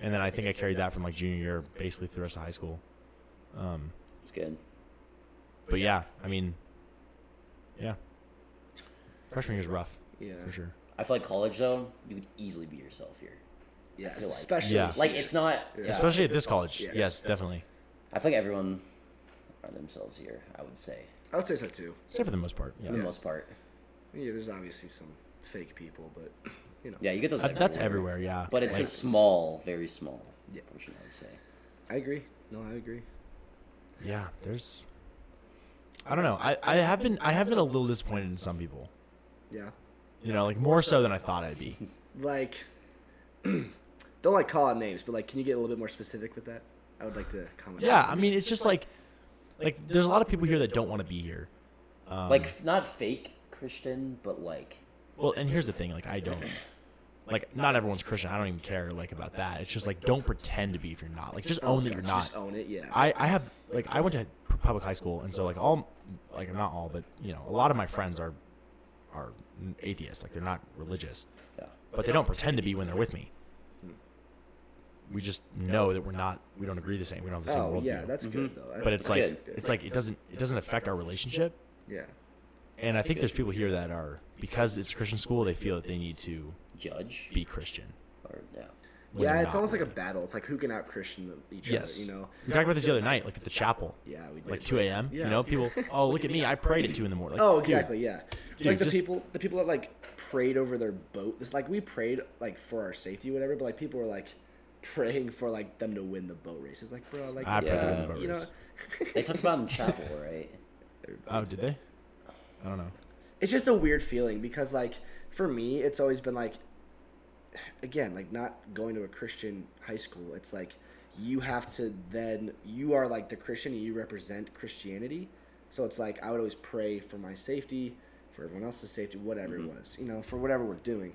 Speaker 3: And then I think I carried that from like junior year basically through the rest of high school. Um,
Speaker 4: It's good.
Speaker 3: but yeah, I mean, yeah. Freshman year's rough.
Speaker 5: Yeah.
Speaker 3: for sure.
Speaker 4: I feel like college though, you could easily be yourself here.
Speaker 5: Yeah.
Speaker 4: feel like-
Speaker 5: Especially.
Speaker 3: Yeah.
Speaker 4: Like it's not.
Speaker 5: Yeah.
Speaker 4: yeah.
Speaker 3: Especially at this college.
Speaker 5: Yes.
Speaker 3: Yes, definitely.
Speaker 4: I feel like everyone are themselves here. I would say
Speaker 5: I would say so too.
Speaker 3: Except for the most part. Yeah.
Speaker 4: for the most part.
Speaker 5: Yeah, there's obviously some fake people, but you know.
Speaker 4: Yeah, you get those.
Speaker 3: That- that's everywhere, yeah.
Speaker 4: But it's
Speaker 3: Like,
Speaker 4: a small, very small
Speaker 5: Yeah.
Speaker 4: portion. I would say.
Speaker 5: I agree. No, I agree.
Speaker 3: Yeah, there's I don't know. I, I have been I have been a little disappointed in some people.
Speaker 5: Yeah.
Speaker 3: You know, like more so than I thought I'd be.
Speaker 5: Like, don't like call out names, but like, can you get a little bit more specific with that? I would like to comment.
Speaker 3: Yeah, I mean it's just like like there's a lot of people here that don't want to be here. Um,
Speaker 4: like f- not fake Christian, but like
Speaker 3: well, and here's the thing, like I don't like not everyone's Christian. I don't even care like about that. It's just like don't pretend to be if you're not. Like just own that you're not.
Speaker 5: Just own it. Yeah.
Speaker 3: I, I have like I went to public high school, and so like all like not all, but you know a lot of my friends are are atheists. Like they're not religious,
Speaker 4: yeah,
Speaker 3: but they don't pretend to be when they're with me. We just know that we're not. We don't agree the same. We don't have the same
Speaker 5: oh
Speaker 3: worldview.
Speaker 5: yeah, that's good though. That's,
Speaker 3: but it's
Speaker 4: that's
Speaker 3: like
Speaker 4: good.
Speaker 5: That's good.
Speaker 3: it's like it doesn't it doesn't affect our relationship.
Speaker 5: yeah.
Speaker 3: And I think there's people here that are because it's a Christian school, they feel that they need to
Speaker 4: judge
Speaker 3: be Christian.
Speaker 4: or yeah.
Speaker 3: when
Speaker 5: Yeah,
Speaker 3: they're
Speaker 5: it's
Speaker 3: not
Speaker 5: almost like a
Speaker 3: really.
Speaker 5: battle. It's like who can out Christian each
Speaker 3: yes.
Speaker 5: other. You know.
Speaker 3: we talked about this the other night, like at the chapel.
Speaker 5: Yeah, we did.
Speaker 3: Like 2 a.m.
Speaker 5: Yeah.
Speaker 3: You know, people. Oh, look at me! I prayed at two in the morning. Like,
Speaker 5: Oh,
Speaker 3: dude,
Speaker 5: exactly. yeah, It's
Speaker 3: dude,
Speaker 5: like the
Speaker 3: just-
Speaker 5: people, the people that like prayed over their boat. It's like we prayed like for our safety, whatever. But like people were like praying for like them to win the boat race. It's like, bro, like
Speaker 3: I prayed
Speaker 4: to win
Speaker 5: yeah,
Speaker 4: the
Speaker 3: boat
Speaker 5: you know,
Speaker 3: race.
Speaker 4: They talked about it in chapel, right?
Speaker 3: Oh, did they? I don't know.
Speaker 5: it's just a weird feeling because like for me, it's always been like, again, like not going to a Christian high school. It's like you have to then you are like the Christian and you represent Christianity. So it's like I would always pray for my safety, for everyone else's safety, whatever it
Speaker 3: Mm-hmm.
Speaker 5: was, you know, for whatever we're doing.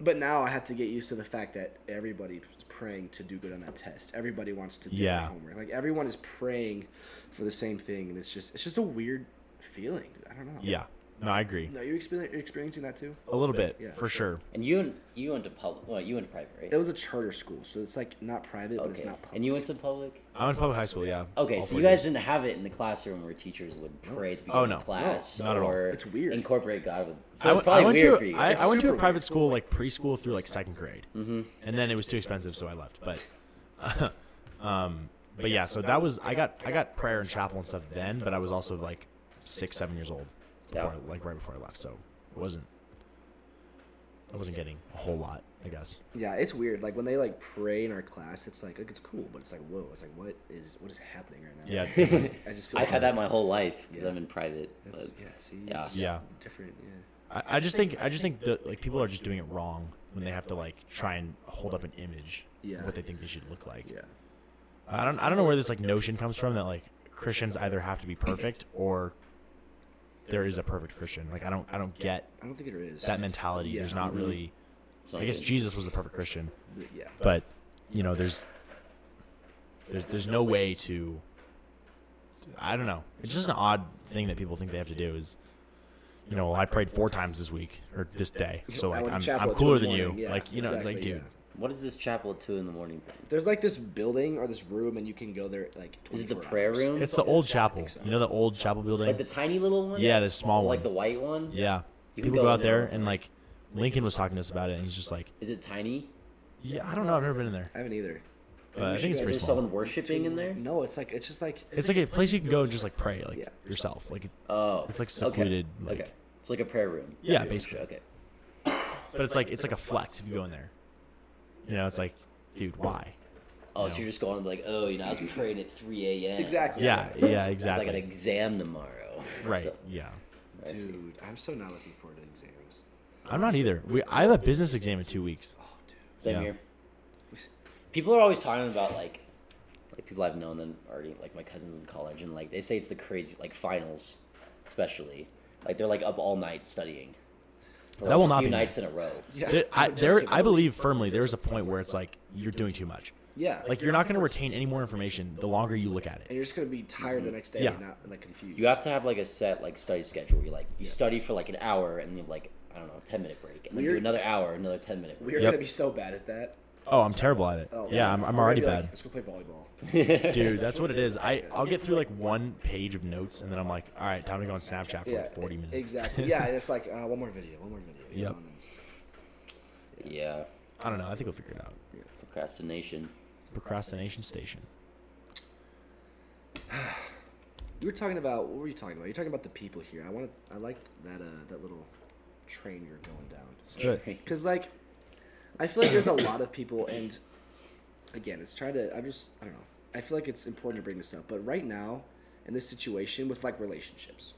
Speaker 5: But now I have to get used to the fact that everybody is praying to do good on that test. Everybody wants to do their
Speaker 3: Yeah.
Speaker 5: homework. Like everyone is praying for the same thing, and it's just it's just a weird feeling. Dude. I don't know.
Speaker 3: Yeah, No, I agree.
Speaker 5: No, you're experien- you're experiencing that too.
Speaker 3: A little bit,
Speaker 5: Yeah.
Speaker 3: for sure.
Speaker 4: And you went, you went to public. Well, you went to private, right?
Speaker 5: That was a charter school, so it's like not private, but it's
Speaker 4: okay.
Speaker 5: not public.
Speaker 4: And you went to public.
Speaker 3: I went to public high school, yeah.
Speaker 4: Okay,
Speaker 3: all
Speaker 4: so
Speaker 3: four
Speaker 4: you guys
Speaker 3: years.
Speaker 4: didn't have it in the classroom where teachers would pray at the
Speaker 3: Oh,
Speaker 4: beginning
Speaker 3: no.
Speaker 4: of class
Speaker 3: No, not at all.
Speaker 4: or
Speaker 5: It's weird.
Speaker 4: incorporate God with. So
Speaker 3: I,
Speaker 4: it's
Speaker 3: went- I
Speaker 4: probably
Speaker 3: went
Speaker 4: weird
Speaker 3: to
Speaker 4: for you.
Speaker 3: I,
Speaker 4: guys.
Speaker 3: I went to a
Speaker 5: super
Speaker 3: private school like preschool through like second grade, mm-hmm. and then it was too expensive, so I left. But, um, but yeah, so that was I got I got prayer and chapel and stuff then, but I was also like six seven years old, before
Speaker 4: Yeah.
Speaker 3: I, like right before I left, so it wasn't I wasn't getting a whole lot, I guess.
Speaker 5: Yeah, it's weird. Like when they like pray in our class, it's like, like it's cool, but it's like whoa, it's like what is what is happening right now?
Speaker 3: Yeah, it's different.
Speaker 5: I just feel
Speaker 4: I've had
Speaker 5: like
Speaker 4: that my whole life because
Speaker 5: Yeah.
Speaker 4: I'm in private. But
Speaker 5: That's, yeah, see, it's
Speaker 4: Yeah.
Speaker 5: just
Speaker 3: Yeah.
Speaker 5: different. Yeah,
Speaker 3: I, I just think I just think that like people are just doing it wrong when they have to like try and hold up an image
Speaker 5: Yeah.
Speaker 3: of what they think they should look like.
Speaker 5: yeah.
Speaker 3: I don't I don't know where this like notion comes from that like Christians either have to be perfect or there is a perfect Christian. Like I don't I don't get
Speaker 5: I don't think there is
Speaker 3: that mentality. There's not really
Speaker 4: it's not
Speaker 3: I guess
Speaker 4: good.
Speaker 3: Jesus was the perfect Christian,
Speaker 5: Mm-hmm. But Yeah,
Speaker 3: but you know, there's there's there's no way to I don't know. It's just an odd thing that people think they have to do is you know, well, I prayed four times this week or this day, so like
Speaker 5: I went to
Speaker 3: I'm,
Speaker 5: chapel
Speaker 3: I'm
Speaker 5: at two
Speaker 3: cooler
Speaker 5: in the
Speaker 3: than you.
Speaker 5: morning. Yeah,
Speaker 3: like you know, it's like
Speaker 5: exactly,
Speaker 3: dude,
Speaker 5: yeah.
Speaker 4: What is this chapel at two in the morning thing?
Speaker 5: there's like this building or this room, and you can go there like.
Speaker 4: Is it the
Speaker 5: 24
Speaker 4: prayer
Speaker 5: hours.
Speaker 4: room?
Speaker 3: it's the old chapel.
Speaker 5: so.
Speaker 3: You know the old chapel building.
Speaker 4: like the tiny little one.
Speaker 3: yeah, the small one.
Speaker 4: Like the white one.
Speaker 3: Yeah.
Speaker 4: You can
Speaker 3: People go,
Speaker 4: go
Speaker 3: out there
Speaker 4: now.
Speaker 3: and like Lincoln was talking to us about it and he's just like,
Speaker 4: Is it tiny?
Speaker 3: Yeah, I don't know, I've never been in there.
Speaker 5: I haven't either.
Speaker 3: But I think it's
Speaker 4: Is
Speaker 3: pretty
Speaker 4: there
Speaker 3: small.
Speaker 4: someone worshiping in there?
Speaker 5: No, it's like it's just like
Speaker 3: It's like a place you can go and just like pray, like
Speaker 5: Yeah.
Speaker 3: yourself. Like
Speaker 4: Oh,
Speaker 3: it's like
Speaker 4: okay.
Speaker 3: secluded, like
Speaker 4: okay, it's like a prayer room.
Speaker 3: Yeah, basically.
Speaker 4: Okay.
Speaker 3: but it's like it's like a flex if you go in there. You know, it's like, dude, why?
Speaker 4: Oh,
Speaker 3: No.
Speaker 4: so you're just going like, oh, you know, I was praying at 3 a.m.
Speaker 5: exactly.
Speaker 3: Yeah, yeah,
Speaker 4: It's like an
Speaker 3: exactly.
Speaker 4: exam tomorrow.
Speaker 3: Right.
Speaker 4: So-
Speaker 3: Yeah.
Speaker 4: I see.
Speaker 5: dude, I'm so not looking forward to exams.
Speaker 3: I'm not either. We I have a business exam in two weeks.
Speaker 5: Oh, dude,
Speaker 4: Same
Speaker 3: Yeah.
Speaker 4: here. People are always talking about like, like people I've known and already like my cousins in college and like they say it's the crazy like finals, especially like they're like up all night studying. For,
Speaker 3: That
Speaker 4: like,
Speaker 3: will
Speaker 4: a
Speaker 3: not
Speaker 4: few
Speaker 3: be me.
Speaker 4: nights in a row.
Speaker 5: yeah.
Speaker 3: There- I,
Speaker 5: would just
Speaker 3: there,
Speaker 5: give
Speaker 3: I
Speaker 5: up.
Speaker 3: believe firmly there is a point where it's like you're doing too much.
Speaker 5: Yeah,
Speaker 3: Like you're not going to retain any more information the longer you look at
Speaker 5: and
Speaker 3: it.
Speaker 5: you're just gonna be tired the next day,
Speaker 3: Yeah.
Speaker 5: and not like confused.
Speaker 4: You have to have like a set like study schedule where you like you study for like an hour and you have like I don't know ten minute break and then do
Speaker 5: We're-
Speaker 4: another hour another ten minute break.
Speaker 5: We're
Speaker 3: Yep.
Speaker 5: gonna be so bad at that.
Speaker 3: Oh, I'm terrible at it. yeah, I'm, I'm
Speaker 5: Or
Speaker 3: already
Speaker 5: maybe, like,
Speaker 3: bad.
Speaker 5: Let's go play volleyball.
Speaker 3: Dude, that's what it is. I I'll get through like one page of notes and then I'm like, all right, time to go on Snapchat for like 40 minutes.
Speaker 5: Exactly. Yeah, and it's like uh, one more video, one more video.
Speaker 3: Yep.
Speaker 5: And then it's-
Speaker 4: Yeah,
Speaker 3: I don't know. I think we'll figure it out.
Speaker 4: procrastination.
Speaker 3: Procrastination station.
Speaker 5: You were talking about what were you talking about? You're talking about the people here. I want to. I like that uh, that little train you're going down. Cause like, I feel like there's a lot of people, and again, it's trying to. I'm just. I don't know. I feel like it's important to bring this up, but right now, in this situation with like relationships,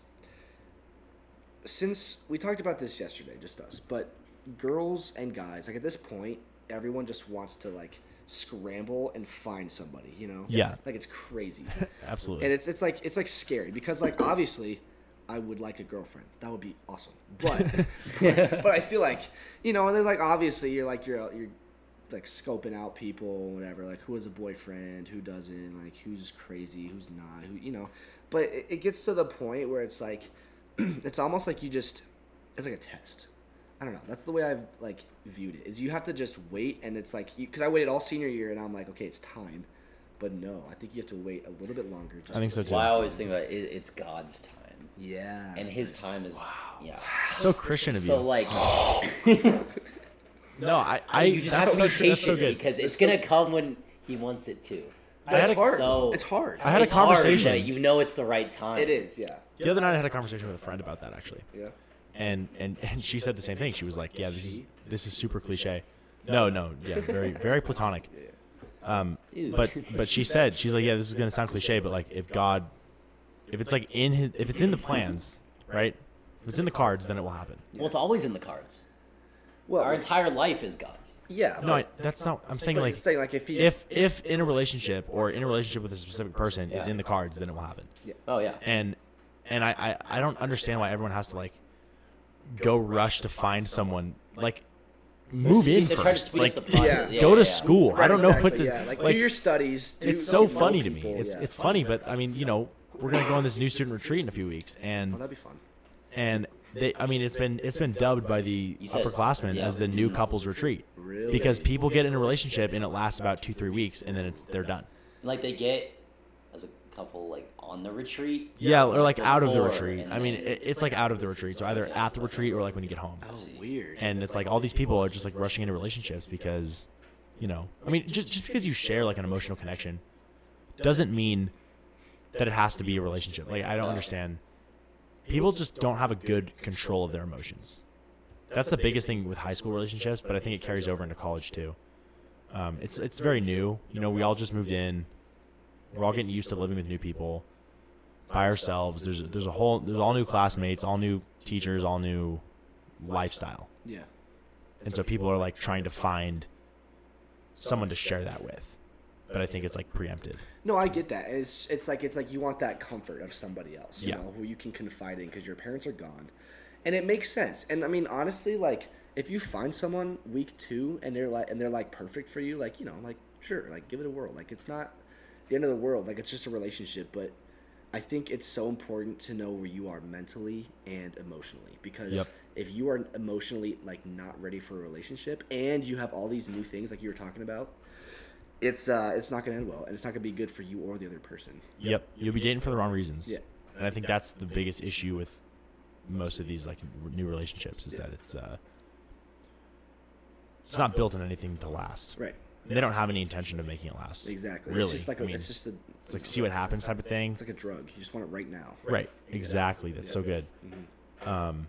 Speaker 5: since we talked about this yesterday, just us, but girls and guys, like at this point, everyone just wants to like scramble and find somebody. You know?
Speaker 3: Yeah.
Speaker 5: Like it's crazy.
Speaker 3: Absolutely.
Speaker 5: and it's it's like it's like scary because like obviously I would like a girlfriend. That would be awesome. But but I feel like you know, and then like obviously you're like you're you're like scoping out people, whatever. Like who has a boyfriend, who doesn't, like who's crazy, who's not, who you know. But it, it gets to the point where it's like it's almost like you just it's like a test. I don't know. That's the way I've like viewed it. Is you have to just wait, and it's like because I waited all senior year, and I'm like, okay, it's time. But no, I think you have to wait a little bit longer. Just
Speaker 3: I think
Speaker 5: to
Speaker 3: so
Speaker 4: Well, I
Speaker 3: too.
Speaker 4: always think about it, it's God's time,
Speaker 5: Yeah.
Speaker 4: and His time is yeah.
Speaker 3: So Christian of you.
Speaker 4: So like,
Speaker 3: no, I, I
Speaker 4: you just
Speaker 3: that's, so,
Speaker 4: have to be
Speaker 3: that's
Speaker 4: patient
Speaker 3: so good.
Speaker 4: because it's gonna come when He wants it to.
Speaker 3: I had
Speaker 5: it's
Speaker 3: a,
Speaker 5: hard.
Speaker 4: so-
Speaker 5: it's hard.
Speaker 3: I had a
Speaker 4: It's hard,
Speaker 3: conversation.
Speaker 4: but you know it's the right time.
Speaker 5: it is. Yeah.
Speaker 3: the other night I had a conversation with a friend about that actually.
Speaker 5: Yeah.
Speaker 3: And and and she said the same thing. She was like, yeah, this is this is super cliche. No, no, yeah, very very platonic.
Speaker 4: Ew.
Speaker 3: but but she said she's like yeah this is gonna sound cliche but like if god if it's like in his if it's in the plans right if it's in the cards then it will happen
Speaker 4: well, it's always in the cards.
Speaker 5: Well,
Speaker 4: Our entire life is God's.
Speaker 5: yeah.
Speaker 3: no I, that's not i'm saying like
Speaker 5: it's saying like if you
Speaker 3: if if in a relationship or in a relationship with a specific person is in the cards then it will happen
Speaker 4: Oh yeah.
Speaker 3: and and I, I i don't understand why everyone has to like go rush to find someone like move in
Speaker 4: They're trying to
Speaker 3: first
Speaker 4: speed
Speaker 3: like
Speaker 4: up the process.
Speaker 5: Yeah.
Speaker 4: Yeah,
Speaker 3: go
Speaker 4: yeah,
Speaker 3: to
Speaker 4: yeah.
Speaker 3: school i
Speaker 5: Right,
Speaker 3: don't know what to
Speaker 5: exactly, yeah. like,
Speaker 3: like
Speaker 5: do your studies. Do,
Speaker 3: it's so
Speaker 5: like, know
Speaker 3: funny to me.
Speaker 5: people,
Speaker 3: It's
Speaker 5: yeah.
Speaker 3: it's funny, but I mean, you know, we're gonna go on this new student retreat in a few weeks,
Speaker 5: Well,
Speaker 3: and
Speaker 5: that'd be Oh, fun.
Speaker 3: and they, I mean, it's been it's been dubbed by the
Speaker 4: You said-
Speaker 3: upperclassmen
Speaker 4: yeah.
Speaker 3: as the new couples retreat
Speaker 5: Really?
Speaker 3: because people get in a relationship and it lasts about two three weeks and then it's they're done.
Speaker 4: Like they get as a couple like on the retreat.
Speaker 3: Yeah, or like out of the
Speaker 4: before,
Speaker 3: retreat.
Speaker 4: and
Speaker 3: I mean,
Speaker 4: then-
Speaker 3: it, it's like out of the retreat, so either at the retreat or like when you get home.
Speaker 5: Oh, weird.
Speaker 3: And it's like all these people are just like rushing into relationships because, you know, I mean, just just because you share like an emotional connection, doesn't mean that it has to be a relationship. Like I don't understand. People just don't have a good control of their emotions. That's the biggest thing with high school relationships, but I think it carries over into college too. Um, it's it's very new. You know, we all just moved in. We're all getting used to living with new people by ourselves. There's there's a whole there's all new classmates, all new teachers, all new lifestyle,
Speaker 5: yeah.
Speaker 3: and so people are like trying to find someone to share that with. But I think it's like preemptive.
Speaker 5: No, I get that. It's it's like it's like you want that comfort of somebody else, you
Speaker 3: Yeah.
Speaker 5: know, who you can confide in because your parents are gone, and it makes sense. And I mean, honestly, like if you find someone week two and they're like and they're like perfect for you, like you know, like sure, like give it a whirl. Like it's not the end of the world. Like it's just a relationship, but I think it's so important to know where you are mentally and emotionally because
Speaker 3: Yep.
Speaker 5: if you are emotionally like not ready for a relationship and you have all these new things like you were talking about it's uh it's not gonna end well and it's not gonna be good for you or the other person
Speaker 3: Yep, you'll be dating for the wrong reasons.
Speaker 5: Yeah.
Speaker 3: and I think that's the biggest issue with most of these like new relationships is that it's uh it's not built in anything to last.
Speaker 5: right
Speaker 3: And they don't have any intention of making it last.
Speaker 5: exactly
Speaker 3: Really.
Speaker 5: it's just like a,
Speaker 3: I mean,
Speaker 5: it's just a
Speaker 3: it's like see what happens type of thing.
Speaker 5: it's like a drug you just want it right now
Speaker 3: Right. Exactly. That's so good. Um,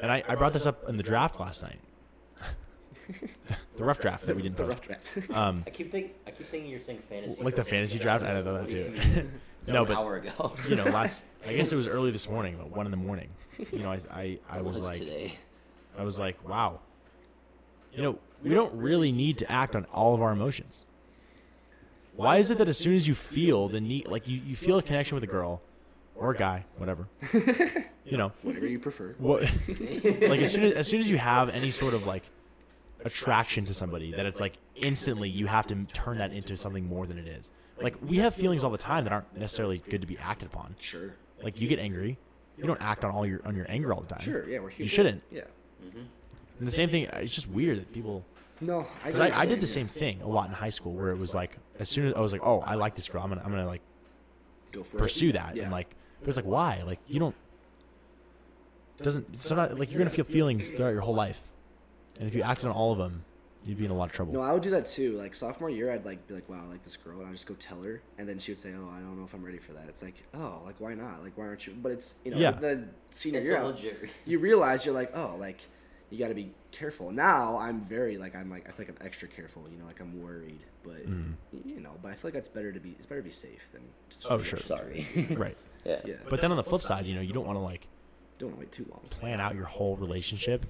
Speaker 3: and I, I brought this up in the draft last night. the rough draft that we didn't
Speaker 5: the
Speaker 3: post.
Speaker 5: rough draft
Speaker 3: Um,
Speaker 4: I keep think I keep thinking you're saying fantasy.
Speaker 3: like the fantasy draft, I know that too. no,
Speaker 4: an
Speaker 3: but
Speaker 4: hour ago.
Speaker 3: you know, last I guess it was early this morning, about one in the morning. You know, I I, I
Speaker 4: It
Speaker 3: was like
Speaker 4: today.
Speaker 3: I was like, wow. You know, we don't really need to act on all of our emotions. Why is it that as soon as you feel the need, like you, you feel a connection with a girl or a guy, whatever, you know,
Speaker 5: whatever you prefer
Speaker 3: what, like as soon as, as soon as you have any sort of like attraction to somebody, that it's like instantly you have to turn that into something more than it is. Like we have feelings all the time that aren't necessarily good to be acted upon.
Speaker 5: sure
Speaker 3: Like you get angry, you don't act on all your on your anger all the time.
Speaker 5: sure yeah we're human
Speaker 3: You shouldn't.
Speaker 5: yeah
Speaker 3: And the same thing. It's just weird that people
Speaker 5: no i,
Speaker 3: Because I, I
Speaker 5: understand,
Speaker 3: did the
Speaker 5: yeah.
Speaker 3: same thing a lot in high school, where it was like, as soon as I was like, "Oh, I like this girl, I'm gonna, I'm gonna like
Speaker 5: go for it.
Speaker 3: pursue that,"
Speaker 5: Yeah.
Speaker 3: and like, but it's like, why? Like, you don't doesn't it's not like you're gonna feel feelings throughout your whole life, and if you acted on all of them, you'd be in a lot of trouble.
Speaker 5: No, I would do that too. Like sophomore year, I'd like be like, "Wow, I like this girl," and I'd just go tell her, and then she would say, "Oh, I don't know if I'm ready for that." It's like, "Oh, like why not? Like why aren't you?" But it's you know,
Speaker 3: Yeah.
Speaker 5: then senior
Speaker 4: It's
Speaker 5: year,
Speaker 4: a
Speaker 5: out,
Speaker 4: legit.
Speaker 5: you realize you're like, "Oh, like you got to be careful." Now I'm very like I'm like I feel like I'm extra careful. You know, like I'm worried, but
Speaker 3: Mm.
Speaker 5: you know, but I feel like that's better to be. It's better to be safe than. Just
Speaker 3: Oh, sure.
Speaker 4: Sorry.
Speaker 3: right.
Speaker 4: yeah.
Speaker 5: Yeah,
Speaker 3: But then on the flip side, you know, you don't want to like
Speaker 5: don't wanna wait too long.
Speaker 3: plan out your whole relationship,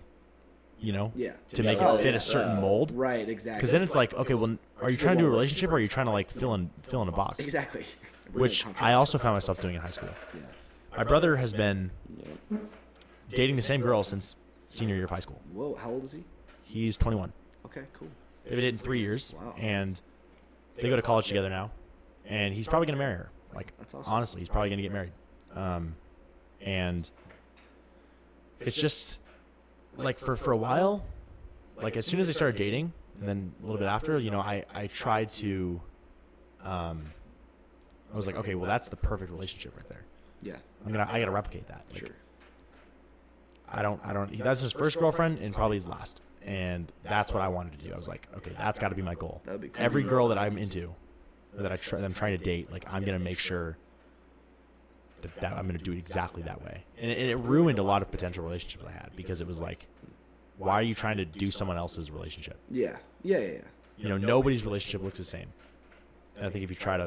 Speaker 3: you know,
Speaker 5: Yeah.
Speaker 3: to make
Speaker 4: Oh,
Speaker 3: it fit
Speaker 4: yeah.
Speaker 3: a certain mold.
Speaker 5: Right, exactly.
Speaker 3: Because then it's like, okay, well, are you trying to do a relationship or are you trying to like fill in fill in a box?
Speaker 5: exactly. We're in a
Speaker 3: Which
Speaker 5: contract.
Speaker 3: I also found myself doing in high school.
Speaker 5: Yeah.
Speaker 3: My brother has been
Speaker 4: Yeah.
Speaker 3: dating the same girl since senior year of high school.
Speaker 5: Whoa, how old is he?
Speaker 3: He's 21.
Speaker 5: Okay, cool.
Speaker 3: They've been dating three years,
Speaker 5: Wow.
Speaker 3: and they go to college together now. And he's probably gonna marry her. Like
Speaker 5: That's awesome.
Speaker 3: honestly, he's probably gonna get married. Um, and it's just like for for a while, like as soon as they started dating, and then a little bit after, you know, I I tried to, um, I was like, okay, well that's the perfect relationship right there.
Speaker 5: Yeah.
Speaker 3: I'm gonna I gotta replicate that. Like,
Speaker 5: Sure.
Speaker 3: I don't, I don't. That's his first girlfriend and probably his last. And that's what I wanted to do. I was like, okay, that's got to be my goal.
Speaker 5: That'd be cool.
Speaker 3: Every girl that I'm into, or that I try, that I'm trying to date, like I'm gonna make sure that, that I'm gonna do it exactly that way. And it, and it ruined a lot of potential relationships I had because it was like, why are you trying to do someone else's relationship?
Speaker 5: Yeah. Yeah. Yeah. yeah.
Speaker 3: You know, nobody's relationship looks the same. And I think if you try to,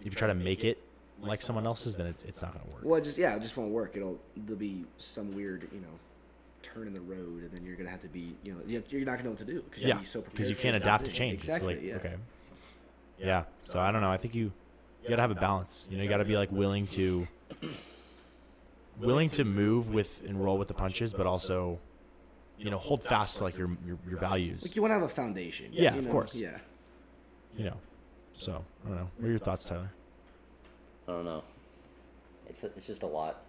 Speaker 3: if you try to make it like someone else's, then it's it's not gonna work.
Speaker 5: Well, it just yeah, it just won't work. It'll there'll be some weird you know turn in the road, and then you're gonna have to be you know you- you're not gonna know what to do because
Speaker 3: yeah because you can't adapt to change
Speaker 5: Exactly.
Speaker 3: it's like
Speaker 5: yeah.
Speaker 3: okay yeah so i don't know i think you you gotta have a balance you know you gotta be like willing to willing to move with and roll with the punches but also you know hold fast to like your your, your values
Speaker 5: Like you want to have a foundation.
Speaker 3: Yeah,
Speaker 5: you
Speaker 3: of
Speaker 5: know?
Speaker 3: course.
Speaker 5: Yeah.
Speaker 3: you know so i don't know what are your thoughts tyler
Speaker 4: I don't know. It's it's just a lot.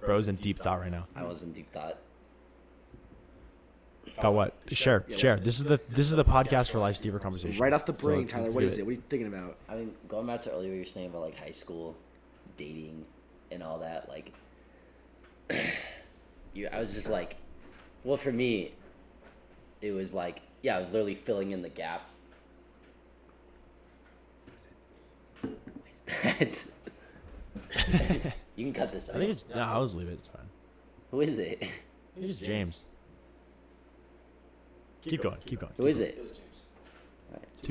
Speaker 3: Bro's in deep thought right now.
Speaker 4: I was in deep thought.
Speaker 3: About what? Share, share. This is the this is the podcast for life's deeper conversation.
Speaker 5: Right off the brain, Tyler. What is it? What are you thinking about?
Speaker 4: I mean, going back to earlier, you're saying about like high school, dating, and all that. Like, you, I was just like, well, for me, it was like, yeah, I was literally filling in the gap. What is that? you can cut this out.
Speaker 3: I think it's no. I'll just leave it. It's fine.
Speaker 4: Who is it?
Speaker 3: I think it's James. Keep going. Keep going.
Speaker 4: Who is it?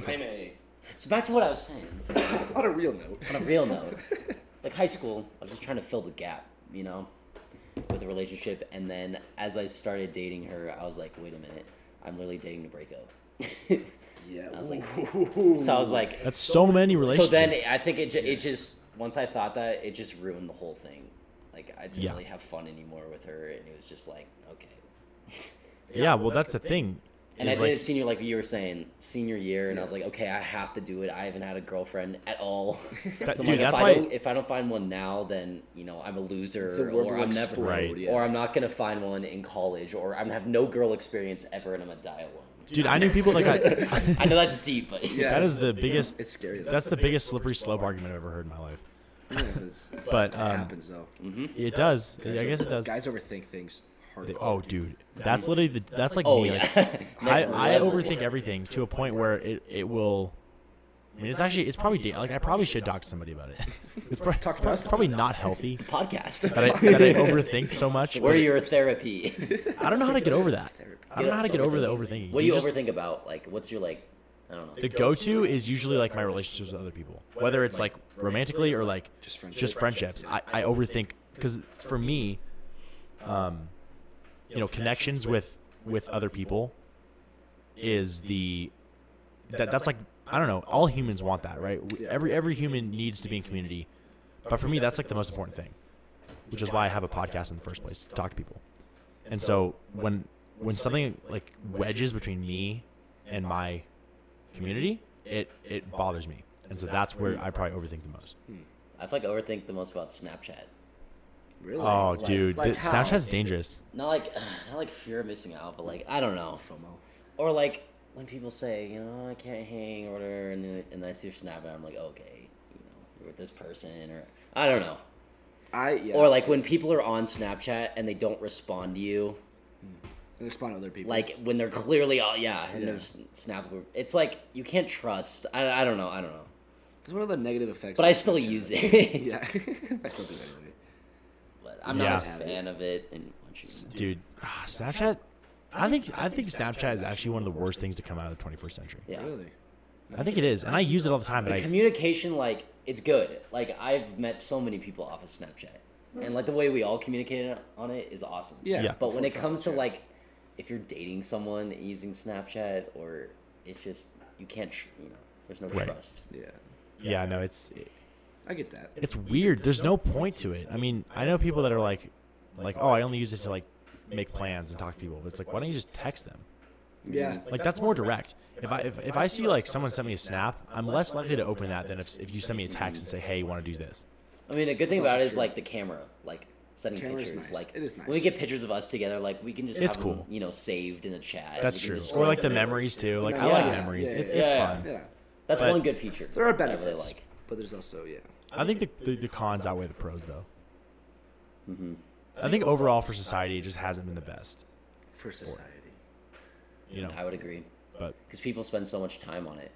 Speaker 6: I'm a.
Speaker 4: So back to what I was saying.
Speaker 5: On a real note,
Speaker 4: On a real note, like high school, I was just trying to fill the gap, you know, with a relationship. And then as I started dating her, I was like, wait a minute, I'm literally dating to break up.
Speaker 5: yeah.
Speaker 4: I was like,
Speaker 5: ooh.
Speaker 4: so I was like,
Speaker 3: That's so many
Speaker 4: so
Speaker 3: relationships.
Speaker 4: then I think it, ju- it just, once I thought that, it just ruined the whole thing. Like, I didn't
Speaker 3: Yeah.
Speaker 4: really have fun anymore with her. And it was just like, okay.
Speaker 3: yeah. Well, that's the thing.
Speaker 4: And I
Speaker 3: is,
Speaker 4: did
Speaker 3: like,
Speaker 4: it senior, like you were saying, senior year, and I was like, okay, I have to do it. I haven't had a girlfriend at all.
Speaker 3: That-
Speaker 4: so I'm
Speaker 3: dude,
Speaker 4: like,
Speaker 3: that's
Speaker 4: if,
Speaker 3: why-
Speaker 4: I don't, if I don't find one now, then you know I'm a loser,
Speaker 5: The word
Speaker 4: or
Speaker 5: will
Speaker 4: I'm never,
Speaker 5: explode,
Speaker 3: Right.
Speaker 5: yeah.
Speaker 4: or I'm not gonna find one in college, or I'm have no girl experience ever, and I'm gonna die alone.
Speaker 3: dude, I knew people that got.
Speaker 4: I know that's deep, but
Speaker 5: Yeah.
Speaker 3: that is the biggest.
Speaker 5: It's scary. Though.
Speaker 3: That's the biggest slippery slope argument I've ever heard in my life.
Speaker 5: it's, it's-
Speaker 3: But,
Speaker 5: it
Speaker 3: um,
Speaker 5: happens though.
Speaker 3: It does. I guess it does.
Speaker 5: Guys overthink things. Hard.
Speaker 3: They- oh, dude, that's literally the, that's like
Speaker 4: oh
Speaker 3: me.
Speaker 4: yeah,
Speaker 3: like,
Speaker 4: Next
Speaker 3: I, I
Speaker 4: level.
Speaker 3: overthink everything to a point where it, it will. I mean, it's actually it's probably da- like I probably should talk to somebody about it. It's probably,
Speaker 5: Talk to us.
Speaker 3: it's probably not healthy
Speaker 4: podcast.
Speaker 3: that I, that I overthink so much.
Speaker 4: We're your therapy.
Speaker 3: I don't know how to get over that. I don't know how to get over the overthinking.
Speaker 4: What do you
Speaker 3: just-
Speaker 4: overthink about? Like, what's your like? I don't know.
Speaker 3: The go-to is usually like my relationships with other people, whether it's like romantically or like
Speaker 5: Just
Speaker 3: just friendships. I, I overthink because for me, um, you know, connections with with other people is the that that's like I don't know. All humans want that, right? We- Every every human needs to be in community, but for me, that's like the most important thing, which is why I have a podcast in the first place to talk to people. And so when when something like wedges between me and my community, it it bothers me. And so that's where I probably overthink the most.
Speaker 4: I feel like I overthink the most about Snapchat.
Speaker 5: Really?
Speaker 3: Oh, dude,
Speaker 5: like
Speaker 3: th-
Speaker 5: how?
Speaker 3: Snapchat's dangerous.
Speaker 4: Not like, not like fear of missing out, but like I don't know.
Speaker 5: FOMO.
Speaker 4: Or like when people say, you know, I can't hang or whatever, and, then- and I see your snap, and I'm like, okay, you know, you're with this person, or I don't know.
Speaker 5: I yeah.
Speaker 4: Or like when people are on Snapchat and they don't respond to you,
Speaker 5: and respond to other people.
Speaker 4: like when they're clearly, all yeah, and
Speaker 5: Yeah.
Speaker 4: they're s- snap. It's like you can't trust. I, I don't know. I don't know.
Speaker 5: it's one of the negative effects.
Speaker 4: But I
Speaker 5: of
Speaker 4: still
Speaker 5: Snapchat.
Speaker 4: use it.
Speaker 5: Yeah. I still do that anyway.
Speaker 4: But I'm not
Speaker 3: Yeah.
Speaker 4: a fan of it. And once you-
Speaker 3: Dude, ah, Snapchat. I think I think Snapchat is actually one of the worst things to come out of the 21st century.
Speaker 4: yeah.
Speaker 5: Really.
Speaker 3: I think it is, and I use it all the time. But
Speaker 4: The
Speaker 3: I,
Speaker 4: communication, like, it's good. Like, I've met so many people off of Snapchat, and like the way we all communicate on it is awesome.
Speaker 5: Yeah.
Speaker 3: Yeah.
Speaker 4: But when it
Speaker 5: Full
Speaker 4: comes to
Speaker 5: contact.
Speaker 4: like, if you're dating someone using Snapchat, or it's just you can't, tr- you know, there's no
Speaker 3: Right.
Speaker 4: trust.
Speaker 5: Yeah.
Speaker 3: yeah, no, it's
Speaker 5: I get that.
Speaker 3: it's weird. There's no point to it. I mean, I know people that are like, like, oh, I only use it to like make plans and talk to people. But it's like, why don't you just text them?
Speaker 5: Yeah.
Speaker 3: Like that's more direct. If I if, if I see like someone sent me a snap, I'm less likely to open that than if if you send me a text and say, hey, you want to do this?
Speaker 4: I mean, a good thing
Speaker 5: That's
Speaker 4: about it
Speaker 5: also
Speaker 4: is
Speaker 5: true.
Speaker 4: like the camera, like sending
Speaker 5: Camera's
Speaker 4: pictures.
Speaker 5: nice.
Speaker 4: Like
Speaker 5: It is
Speaker 4: when we
Speaker 5: nice.
Speaker 4: get pictures of us together, like we can just
Speaker 3: It's
Speaker 4: have them,
Speaker 3: cool.
Speaker 4: you know, saved in a chat.
Speaker 3: That's
Speaker 4: We can
Speaker 3: true.
Speaker 4: just-
Speaker 3: Or like the memories too. Like I like
Speaker 4: Yeah.
Speaker 3: memories.
Speaker 5: Yeah,
Speaker 3: It's,
Speaker 5: yeah,
Speaker 3: it's
Speaker 4: yeah.
Speaker 3: fun.
Speaker 5: Yeah.
Speaker 4: that's
Speaker 3: but-
Speaker 4: one good feature.
Speaker 5: There are
Speaker 4: that I really
Speaker 5: benefits,
Speaker 4: like.
Speaker 5: but there's also yeah.
Speaker 3: I think the, the, the cons outweigh the pros, though. I think overall for society, it just hasn't been the best.
Speaker 5: For society.
Speaker 3: You know,
Speaker 4: I would agree.
Speaker 3: but
Speaker 4: because people spend so much time on it.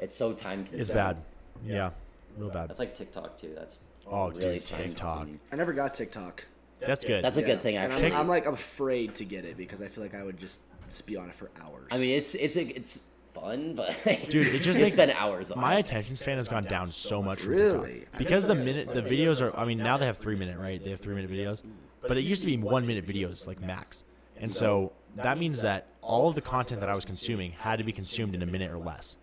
Speaker 4: It's so time consuming.
Speaker 3: it's bad. Yeah, real bad.
Speaker 4: That's like TikTok too. That's
Speaker 3: Oh, dude,
Speaker 4: time-consuming.
Speaker 3: TikTok.
Speaker 5: I never got TikTok.
Speaker 3: That's good.
Speaker 4: That's a
Speaker 5: Yeah.
Speaker 4: good thing
Speaker 5: And
Speaker 4: actually.
Speaker 5: I'm, I'm like afraid to get it because I feel like I would just, just be on it for hours.
Speaker 4: I mean, it's it's it's fun, but like,
Speaker 3: Dude, it just
Speaker 4: you
Speaker 3: makes-
Speaker 4: spend hours on.
Speaker 3: my
Speaker 4: it.
Speaker 3: attention span has gone down so much from
Speaker 5: Really?
Speaker 3: TikTok. because the minute the videos are. I mean, now they have three minute, right? They have three minute videos, but it used to be one minute videos like max. And so that means that all of the content that I was consuming had to be consumed in a minute or less.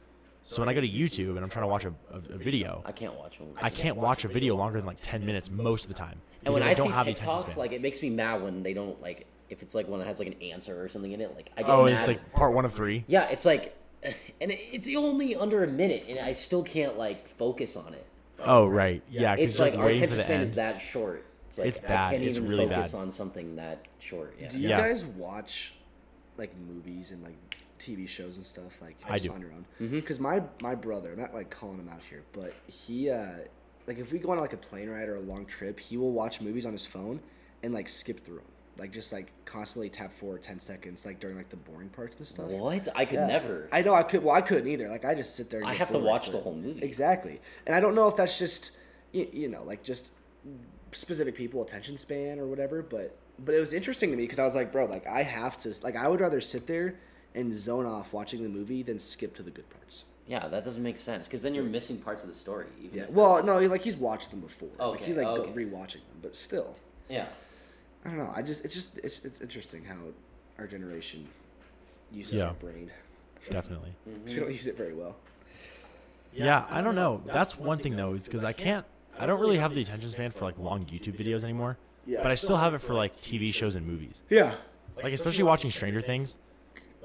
Speaker 3: So when I go to YouTube and I'm trying to watch a, a, a video,
Speaker 4: I can't watch them.
Speaker 3: I can't watch a video longer than like 10 minutes most of the time.
Speaker 4: And when I,
Speaker 3: because
Speaker 4: see
Speaker 3: the attention
Speaker 4: TikToks,
Speaker 3: span.
Speaker 4: like it makes me mad when they don't like if it's like one that has like an answer or something in it. Like I get
Speaker 3: oh,
Speaker 4: mad.
Speaker 3: and it's like part one of three.
Speaker 4: yeah, it's like, and it- it's only under a minute, and I still can't like focus on it.
Speaker 3: Oh, right. Yeah, because
Speaker 4: It's
Speaker 3: you're
Speaker 4: like our
Speaker 3: waiting for
Speaker 4: attention
Speaker 3: the
Speaker 4: span
Speaker 3: end.
Speaker 4: is that short. It's like
Speaker 3: It's
Speaker 4: I
Speaker 3: bad.
Speaker 4: can't
Speaker 3: It's
Speaker 4: even
Speaker 3: really
Speaker 4: focus
Speaker 3: bad.
Speaker 4: on something that short. Yeah.
Speaker 5: Do you
Speaker 3: Yeah.
Speaker 5: guys watch like movies and like TV shows and stuff like
Speaker 3: I
Speaker 5: just
Speaker 3: do.
Speaker 5: on your own?
Speaker 4: Mm-hmm.
Speaker 5: Because my my brother, I'm not like calling him out here, but he uh like if we go on like a plane ride or a long trip, he will watch movies on his phone and like skip through them, like just like constantly tap forward ten seconds, like during like the boring parts and stuff.
Speaker 4: What? I could
Speaker 5: Yeah.
Speaker 4: never.
Speaker 5: I know I could. Well, I couldn't either. Like I just sit there. and
Speaker 4: I
Speaker 5: go
Speaker 4: have to
Speaker 5: forward,
Speaker 4: watch the
Speaker 5: but-
Speaker 4: whole movie.
Speaker 5: Exactly, and I don't know if that's just you, you know like just specific people attention span or whatever. But but it was interesting to me because I was like, bro, like I have to like I would rather sit there and zone off watching the movie than skip to the good parts.
Speaker 4: Yeah, that doesn't make sense because then you're missing parts of the story. Even
Speaker 5: Yeah.
Speaker 4: if-
Speaker 5: Well, no, like he's watched them before. Like
Speaker 4: Okay,
Speaker 5: he's like go-
Speaker 4: okay.
Speaker 5: rewatching them, but still,
Speaker 4: yeah.
Speaker 5: I don't know. I just it's just it's it's interesting how our generation uses
Speaker 3: Yeah.
Speaker 5: our brain.
Speaker 3: Definitely.
Speaker 5: 'Cause We don't use it very well.
Speaker 3: Yeah, I don't know. That's one thing though, is because I can't. I don't really have the attention span for like long YouTube videos anymore.
Speaker 5: Yeah.
Speaker 3: But I still have it for like TV shows and movies.
Speaker 5: Yeah.
Speaker 3: Like especially watching Stranger Things.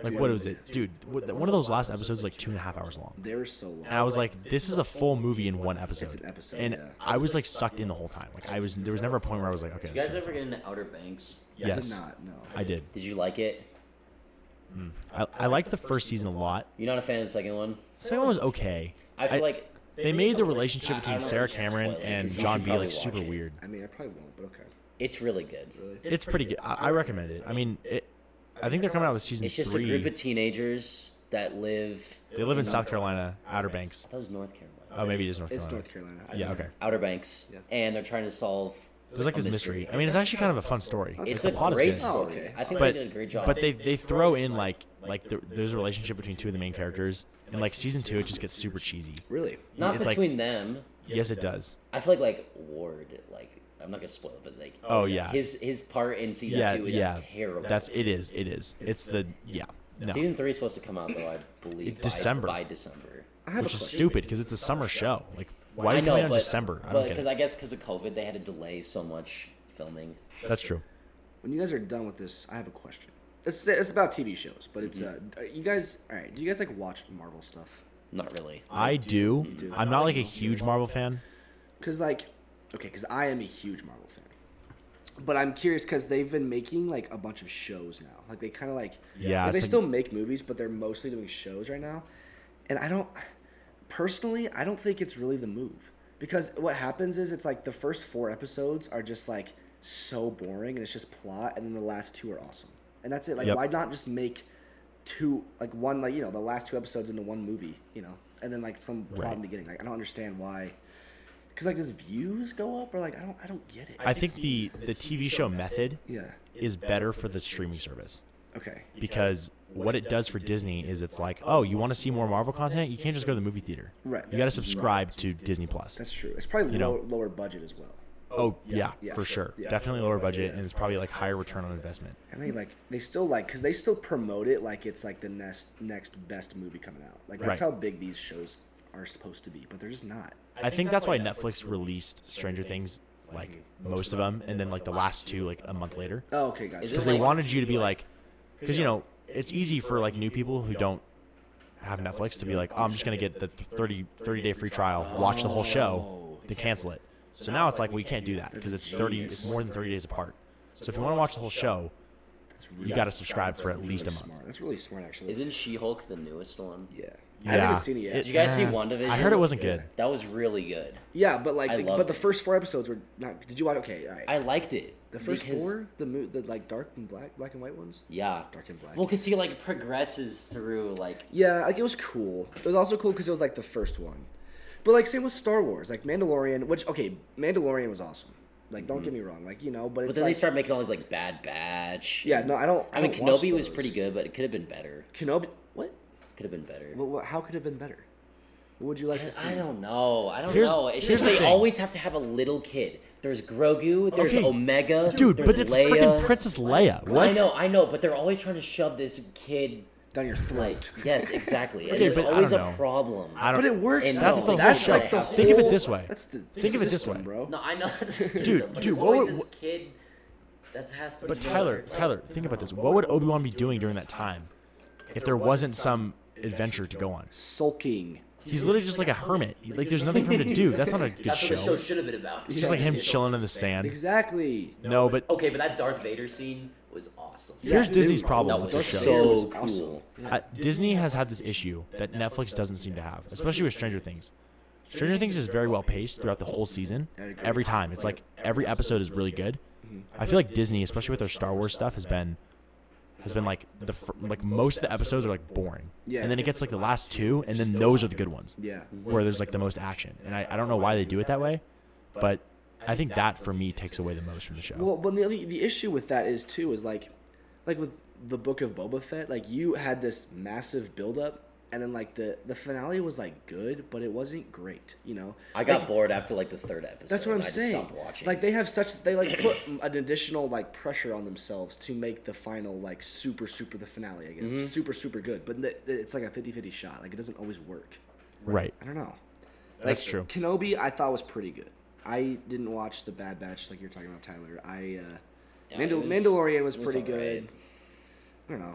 Speaker 3: Like what was it, dude? wh- One of those last episodes was like two and a half hours long.
Speaker 5: They were so long.
Speaker 3: And I was like, this is a full movie in one episode.
Speaker 5: an episode,
Speaker 3: And
Speaker 5: yeah.
Speaker 3: I was like sucked in the whole time. Like I was, there was never a point where I was like, okay.
Speaker 4: You guys
Speaker 3: that's
Speaker 4: ever get into Outer Banks?
Speaker 3: it.
Speaker 5: I did
Speaker 3: Yes,
Speaker 5: not. No.
Speaker 3: I did.
Speaker 4: Did you like it?
Speaker 3: I, I liked the first season a lot.
Speaker 4: You're not a fan of the second one.
Speaker 3: The second one was okay.
Speaker 4: I feel
Speaker 3: I-
Speaker 4: like
Speaker 3: They made the relationship
Speaker 4: I- I
Speaker 3: between
Speaker 4: don't
Speaker 3: Sarah
Speaker 4: think that's
Speaker 3: Cameron
Speaker 4: spoiling,
Speaker 3: and
Speaker 4: 'cause you
Speaker 3: John
Speaker 4: should
Speaker 3: B like
Speaker 4: probably watch
Speaker 3: super
Speaker 4: it.
Speaker 3: weird.
Speaker 5: I mean, I probably won't, but okay.
Speaker 4: it's really good.
Speaker 3: It's pretty good. I, I recommend it. I mean, it, I think they're coming out with season
Speaker 4: It's just
Speaker 3: three.
Speaker 4: a group of teenagers that live.
Speaker 3: They live in South Carolina, Outer Banks.
Speaker 4: That was North Carolina.
Speaker 3: Oh, maybe just North
Speaker 5: It's
Speaker 3: Carolina.
Speaker 5: North Carolina. I
Speaker 3: Yeah,
Speaker 5: don't know.
Speaker 3: okay.
Speaker 4: Outer Banks,
Speaker 5: Yeah.
Speaker 4: and they're trying to solve.
Speaker 3: There's like
Speaker 4: a
Speaker 3: this mystery. I mean, it's actually kind of a fun story.
Speaker 4: It's
Speaker 3: like,
Speaker 4: a
Speaker 3: the plot is
Speaker 4: great
Speaker 3: good.
Speaker 5: Oh,
Speaker 4: story.
Speaker 5: okay.
Speaker 4: I think
Speaker 3: But-
Speaker 4: they did a great job.
Speaker 3: But they they throw in like like the, there's a relationship between two of the main characters, and like season two it just gets super cheesy.
Speaker 5: Really?
Speaker 4: not
Speaker 3: it's like-
Speaker 4: between them.
Speaker 3: Yes, it does.
Speaker 4: I feel like like Ward. Like I'm not gonna spoil it, but like
Speaker 3: Oh yeah,
Speaker 4: his his part in season
Speaker 3: yeah,
Speaker 4: two is
Speaker 3: yeah.
Speaker 4: terrible.
Speaker 3: That's it is it is. It's the yeah no,
Speaker 4: Season three is supposed to come out though, I believe. by-
Speaker 3: December.
Speaker 4: By, December.
Speaker 5: I have
Speaker 3: which
Speaker 5: a
Speaker 3: is
Speaker 5: question.
Speaker 3: stupid because it's a summer show. Like why
Speaker 4: I
Speaker 3: are you
Speaker 4: know,
Speaker 3: coming out in
Speaker 4: but-
Speaker 3: December? I
Speaker 4: but
Speaker 3: don't get
Speaker 4: because
Speaker 3: it.
Speaker 4: I guess because of COVID, they had to delay so much filming.
Speaker 3: That's true.
Speaker 5: When you guys are done with this, I have a question. It's it's about TV shows, but it's
Speaker 3: Mm-hmm.
Speaker 5: uh, you guys. All right, do you guys like watch Marvel stuff?
Speaker 4: Not really.
Speaker 3: I do. I'm not like a huge Marvel fan.
Speaker 5: Cause like, okay, cause I am a huge Marvel fan, but I'm curious because they've been making like a bunch of shows now. Like they kind of like
Speaker 3: Yeah, it's
Speaker 5: 'cause they
Speaker 3: like-
Speaker 5: still make movies, but they're mostly doing shows right now. And I don't personally, I don't think it's really the move because what happens is it's like the first four episodes are just like so boring and it's just plot, and then the last two are awesome, and that's it. Like
Speaker 3: Yep.
Speaker 5: why not just make two like one like you know the last two episodes into one movie, you know, and then like some plot in
Speaker 3: Right.
Speaker 5: the beginning. Like I don't understand why. Cause like does views go up or like I don't I don't get it.
Speaker 3: I think the the TV show method
Speaker 5: yeah.
Speaker 3: is better for the streaming service
Speaker 5: Okay.
Speaker 3: because what it does for Disney is it's like, oh, you want to see more Marvel content? You can't just go to the movie theater.
Speaker 5: Right.
Speaker 3: You got to subscribe to Disney Plus.
Speaker 5: That's true. It's probably
Speaker 3: You know.
Speaker 5: low, lower budget as well.
Speaker 3: Oh yeah,
Speaker 5: Yeah.
Speaker 3: for sure.
Speaker 5: Yeah.
Speaker 3: Definitely lower budget and it's probably like higher return on investment.
Speaker 5: And they like they still like because they still promote it like it's like the next next best movie coming out. Like that's
Speaker 3: Right.
Speaker 5: how big these shows are supposed to be, but they're just not.
Speaker 3: I think that's why Netflix released Stranger Things like most of them and then like the last two like a month later
Speaker 5: Oh, okay, gotcha.
Speaker 4: Is
Speaker 3: because
Speaker 4: this
Speaker 3: they
Speaker 4: like-
Speaker 3: wanted you to be like because you know, it's easy for like new people who don't have Netflix to be like, oh, I'm just going to get the 30 30 day free trial, watch the whole show, then cancel it. So now it's like we can't do that because it's 30 it's more than 30 days apart. So if you want to watch the whole show,
Speaker 5: that's
Speaker 3: you got to subscribe for at
Speaker 5: really
Speaker 3: least a month.
Speaker 5: smart. That's really smart, actually.
Speaker 4: Isn't She-Hulk the newest one?
Speaker 5: yeah. I haven't seen it yet.
Speaker 4: Did you guys see
Speaker 3: uh,
Speaker 4: WandaVision?
Speaker 3: I heard it wasn't good.
Speaker 4: That was really good.
Speaker 5: yeah, but like,
Speaker 4: I
Speaker 5: the-
Speaker 4: loved
Speaker 5: but the
Speaker 4: it.
Speaker 5: first four episodes were not. Did you watch? Okay, all right.
Speaker 4: I liked it.
Speaker 5: the first
Speaker 4: because-
Speaker 5: four, the mo- the like dark and black, black and white ones.
Speaker 4: Yeah.
Speaker 5: Dark and black.
Speaker 4: Well, because he like progresses through like
Speaker 5: Yeah, like it was cool. It was also cool because it was like the first one. But like same with Star Wars, like Mandalorian, which okay, Mandalorian was awesome. Like don't get me wrong, like you know, but
Speaker 4: Mm-hmm. But
Speaker 5: it's
Speaker 4: then
Speaker 5: like
Speaker 4: they start making all these like Bad Batch.
Speaker 5: yeah,
Speaker 4: and-
Speaker 5: no, I don't. I,
Speaker 4: I mean,
Speaker 5: don't watch
Speaker 4: Kenobi was
Speaker 5: those.
Speaker 4: pretty good, but it could have been better.
Speaker 5: Kenobi, what?
Speaker 4: Could have been better.
Speaker 5: What, what? How could it have been better? What would you like to see?
Speaker 4: I don't know. I don't
Speaker 3: Here's-
Speaker 4: know. It's
Speaker 3: here's
Speaker 4: just
Speaker 3: the
Speaker 4: they
Speaker 3: thing.
Speaker 4: always have to have a little kid. There's Grogu. There's
Speaker 3: Okay.
Speaker 4: Omega.
Speaker 3: Dude,
Speaker 4: there's
Speaker 3: but it's
Speaker 4: Leia.
Speaker 3: freaking Princess Leia. What?
Speaker 4: I know, I know, but they're always trying to shove this kid.
Speaker 5: Down your
Speaker 4: Like,
Speaker 5: throat.
Speaker 4: yes, exactly. And
Speaker 3: Okay,
Speaker 4: there's
Speaker 3: but I
Speaker 4: always a
Speaker 3: don't know.
Speaker 4: problem.
Speaker 3: I don't
Speaker 5: But it works.
Speaker 4: And
Speaker 5: though.
Speaker 4: that's the
Speaker 5: that's
Speaker 4: whole
Speaker 5: like the
Speaker 4: show.
Speaker 5: whole,
Speaker 3: Think of it this way.
Speaker 5: That's the
Speaker 3: Think of it this
Speaker 5: system,
Speaker 3: way.
Speaker 5: bro.
Speaker 4: No, I know.
Speaker 3: Dude,
Speaker 4: But
Speaker 3: dude,
Speaker 4: there's
Speaker 3: what
Speaker 4: always
Speaker 3: would-
Speaker 4: this
Speaker 3: what-
Speaker 4: kid that has to.
Speaker 3: But
Speaker 4: do
Speaker 3: Tyler,
Speaker 4: it. Like,
Speaker 3: Tyler, think about this. What would Obi Wan be doing during that time if there wasn't some adventure to go on?
Speaker 5: Sulking.
Speaker 3: He's literally just like a hermit. He- Like, there's nothing for him to do. That's not a good
Speaker 7: That's what the
Speaker 3: show.
Speaker 7: show
Speaker 3: It's
Speaker 7: should have been about.
Speaker 3: just like him chilling in the sand.
Speaker 5: Exactly.
Speaker 3: No, but
Speaker 7: Okay, but that Darth Vader scene was awesome.
Speaker 3: here's
Speaker 5: dude.
Speaker 3: Disney's problem
Speaker 4: That
Speaker 3: with
Speaker 4: was
Speaker 3: this
Speaker 5: Darth
Speaker 3: show.
Speaker 5: Vader
Speaker 4: so
Speaker 5: was
Speaker 4: cool.
Speaker 5: awesome.
Speaker 3: Uh, Disney has had this issue that Netflix doesn't seem to have, especially with Stranger Things. Stranger Things is very well paced throughout the whole season.
Speaker 5: I agree.
Speaker 3: Every time, it's like every episode is really good. I feel like Disney, especially with their Star Wars stuff, has been has been like the fir- like most of the episodes are like boring,
Speaker 5: Yeah.
Speaker 3: and then it gets like the last two, and then those are the good ones
Speaker 5: Yeah.
Speaker 3: where there's like the most action. And I, I don't know why they do it that way, but I think that for me takes away the most from the show.
Speaker 5: Well, but the only- the issue with that is too is like, like with the book of Boba Fett, like you had this massive buildup, and then like the the finale was like good, but it wasn't great. You know,
Speaker 4: I got
Speaker 5: Like,
Speaker 4: bored after like the third episode.
Speaker 5: That's what I'm
Speaker 4: and I
Speaker 5: saying.
Speaker 4: Just stopped watching.
Speaker 5: Like they have such they like put an additional like pressure on themselves to make the final like super super the finale. I guess
Speaker 4: Mm-hmm.
Speaker 5: super super good, but th- th- it's like a 50-50 shot. Like it doesn't always work.
Speaker 3: Right.
Speaker 5: I don't know.
Speaker 3: That's
Speaker 5: Like,
Speaker 3: true.
Speaker 5: Kenobi, I thought was pretty good. I didn't watch the Bad Batch like you're talking about, Tyler. I uh,
Speaker 4: Yeah,
Speaker 5: Mandal-
Speaker 4: it was-
Speaker 5: Mandalorian was,
Speaker 4: it was
Speaker 5: pretty good.
Speaker 4: alright.
Speaker 5: I don't know.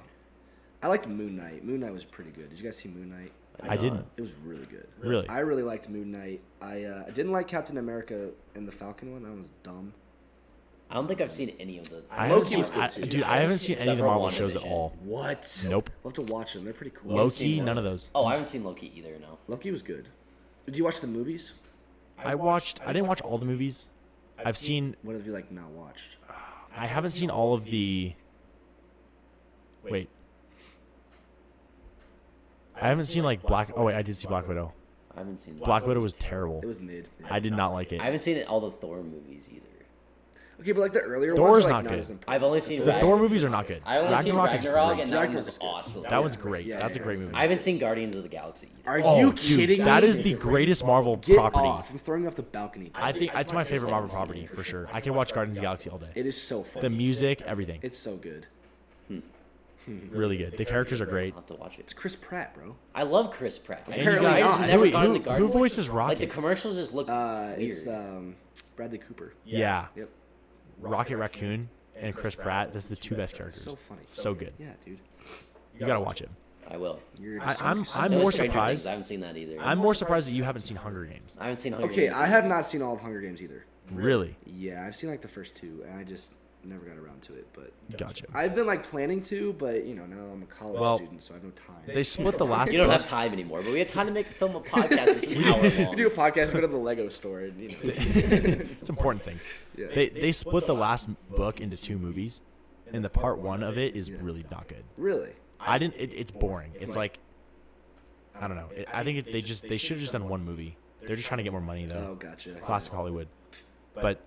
Speaker 5: I liked Moon Knight. Moon Knight was pretty good. Did you guys see Moon Knight?
Speaker 3: I didn't.
Speaker 5: It was really good.
Speaker 3: Really?
Speaker 5: I really liked Moon Knight. I uh, I didn't like Captain America and the Falcon one. That one was dumb.
Speaker 4: I don't think I've seen any of the.
Speaker 3: I
Speaker 4: Loki
Speaker 3: haven't seen,
Speaker 4: was good
Speaker 3: I,
Speaker 4: too.
Speaker 3: dude. I haven't seen any of
Speaker 4: Except
Speaker 3: the
Speaker 4: for
Speaker 3: Marvel shows at
Speaker 4: WandaVision.
Speaker 3: all.
Speaker 5: What?
Speaker 3: Nope.
Speaker 5: We'll have to watch them. They're pretty cool.
Speaker 3: Loki, none of those.
Speaker 4: Oh, I haven't seen Loki either. No.
Speaker 5: Loki was good. Did you watch the movies?
Speaker 3: I watched. I didn't watch all the movies. I've seen.
Speaker 5: What have you like not watched?
Speaker 3: I haven't seen all of the. Wait. I haven't seen like Black. Oh wait, I did see Black Widow.
Speaker 4: I haven't seen.
Speaker 3: Black Widow was terrible.
Speaker 5: It was mid. yeah.
Speaker 3: I did not like it.
Speaker 4: I haven't seen all the Thor movies either.
Speaker 5: Okay, but like the earlier
Speaker 3: Thor's
Speaker 5: ones are
Speaker 3: not
Speaker 5: like not
Speaker 3: good.
Speaker 5: as important.
Speaker 4: I've only seen.
Speaker 3: The
Speaker 4: Rag-
Speaker 3: Thor movies are not good.
Speaker 4: I only seen
Speaker 3: Ragnarok is
Speaker 4: Ragnarok
Speaker 3: great.
Speaker 4: and that one
Speaker 5: Ragnarok
Speaker 4: was
Speaker 5: is good.
Speaker 4: awesome.
Speaker 3: That one's great.
Speaker 5: Yeah,
Speaker 3: That's a
Speaker 5: yeah,
Speaker 3: great
Speaker 5: yeah.
Speaker 3: movie.
Speaker 4: I haven't seen Guardians of the Galaxy. Either.
Speaker 5: Are
Speaker 3: Oh,
Speaker 5: you
Speaker 3: dude,
Speaker 5: kidding
Speaker 3: That
Speaker 5: me?
Speaker 3: is the greatest Marvel
Speaker 5: Get
Speaker 3: property.
Speaker 5: off! I'm throwing you off the balcony.
Speaker 3: I think that's my favorite Marvel property for sure. I can watch Guardians of the Galaxy all day.
Speaker 5: It is so fun.
Speaker 3: The music, everything,
Speaker 5: it's so good.
Speaker 3: really good. The characters are great.
Speaker 4: I'll have to watch
Speaker 5: It's
Speaker 4: it.
Speaker 5: Chris Pratt, bro.
Speaker 4: I love Chris Pratt. I just,
Speaker 5: Apparently
Speaker 4: I just
Speaker 5: not.
Speaker 4: never
Speaker 3: Wait,
Speaker 4: got
Speaker 3: who-
Speaker 4: into
Speaker 3: who
Speaker 4: Guardians.
Speaker 3: voices
Speaker 4: Like the
Speaker 3: Rocket?
Speaker 4: commercials just look
Speaker 5: Uh,
Speaker 4: weird.
Speaker 5: it's um, Bradley Cooper.
Speaker 3: Yeah,
Speaker 5: Yep.
Speaker 3: Rocket Raccoon and Chris Pratt. That's the two best characters.
Speaker 5: So funny.
Speaker 3: So good.
Speaker 5: Yeah, dude.
Speaker 3: You gotta watch it.
Speaker 4: I will.
Speaker 5: You're
Speaker 3: I, I'm I'm
Speaker 4: So is
Speaker 3: more
Speaker 4: Stranger Things.
Speaker 3: surprised.
Speaker 4: I haven't seen that either.
Speaker 3: I'm more surprised that you haven't seen Hunger Games.
Speaker 4: I haven't seen. Hunger
Speaker 5: okay.
Speaker 4: Games
Speaker 5: I
Speaker 4: either.
Speaker 5: have not seen all of Hunger Games either.
Speaker 3: Really?
Speaker 5: Yeah, I've seen like the first two, and I just never got around to it. But
Speaker 3: Gotcha.
Speaker 5: I've been like planning to, but you know, now I'm a college
Speaker 3: Well,
Speaker 5: student, so I have no time.
Speaker 3: They split the last.
Speaker 4: You don't
Speaker 3: book.
Speaker 4: have time anymore, but we had time to make film a podcast. It's an hour
Speaker 5: we do a
Speaker 4: long.
Speaker 5: podcast, go to the Lego store, and you know,
Speaker 3: it's important things.
Speaker 5: Yeah.
Speaker 3: They they split the last book into two movies, and the part one of it is really not good.
Speaker 5: really,
Speaker 3: I didn't. It, it's boring. It's like, I don't know. It, I think it, they just they should have just done one movie. They're just trying to get more money
Speaker 5: oh,
Speaker 3: though.
Speaker 5: gotcha.
Speaker 3: Classic Hollywood, but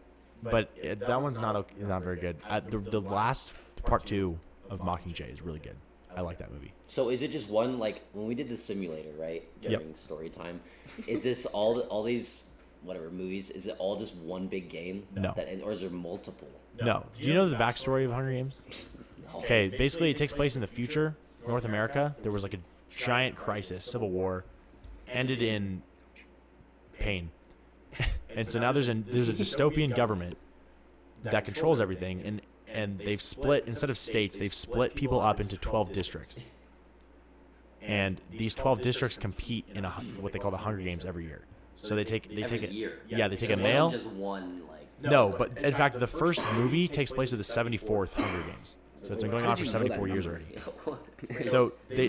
Speaker 3: but it, that one's not okay, not very good. Uh the the last part two of Mockingjay is really good. I like that movie.
Speaker 4: So is it just one like when we did the simulator right during story time? Is this all the, all these whatever movies? Is it all just one big game?
Speaker 3: No.
Speaker 4: That or is there multiple?
Speaker 3: No, do you know the backstory of Hunger Games?
Speaker 4: No.
Speaker 3: Okay, basically it takes place in the future, North America. There was like a giant crisis, civil war, ended in pain, and so now there's a there's a dystopian government that controls everything, and and they've split instead of states, they've split people up into 12 districts, and these 12 districts compete in a hun- what they call the Hunger Games every year. So they take they
Speaker 4: Every
Speaker 3: take a,
Speaker 4: year.
Speaker 3: yeah they take
Speaker 4: So
Speaker 3: a
Speaker 4: it wasn't
Speaker 3: male
Speaker 4: Just one like.
Speaker 3: no, but in fact, the first movie takes place at the 74th Hunger Games. So it's been going
Speaker 5: How
Speaker 3: on
Speaker 5: did
Speaker 3: for
Speaker 5: you know that
Speaker 3: 74 years
Speaker 5: number?
Speaker 3: already.
Speaker 4: so
Speaker 3: So they,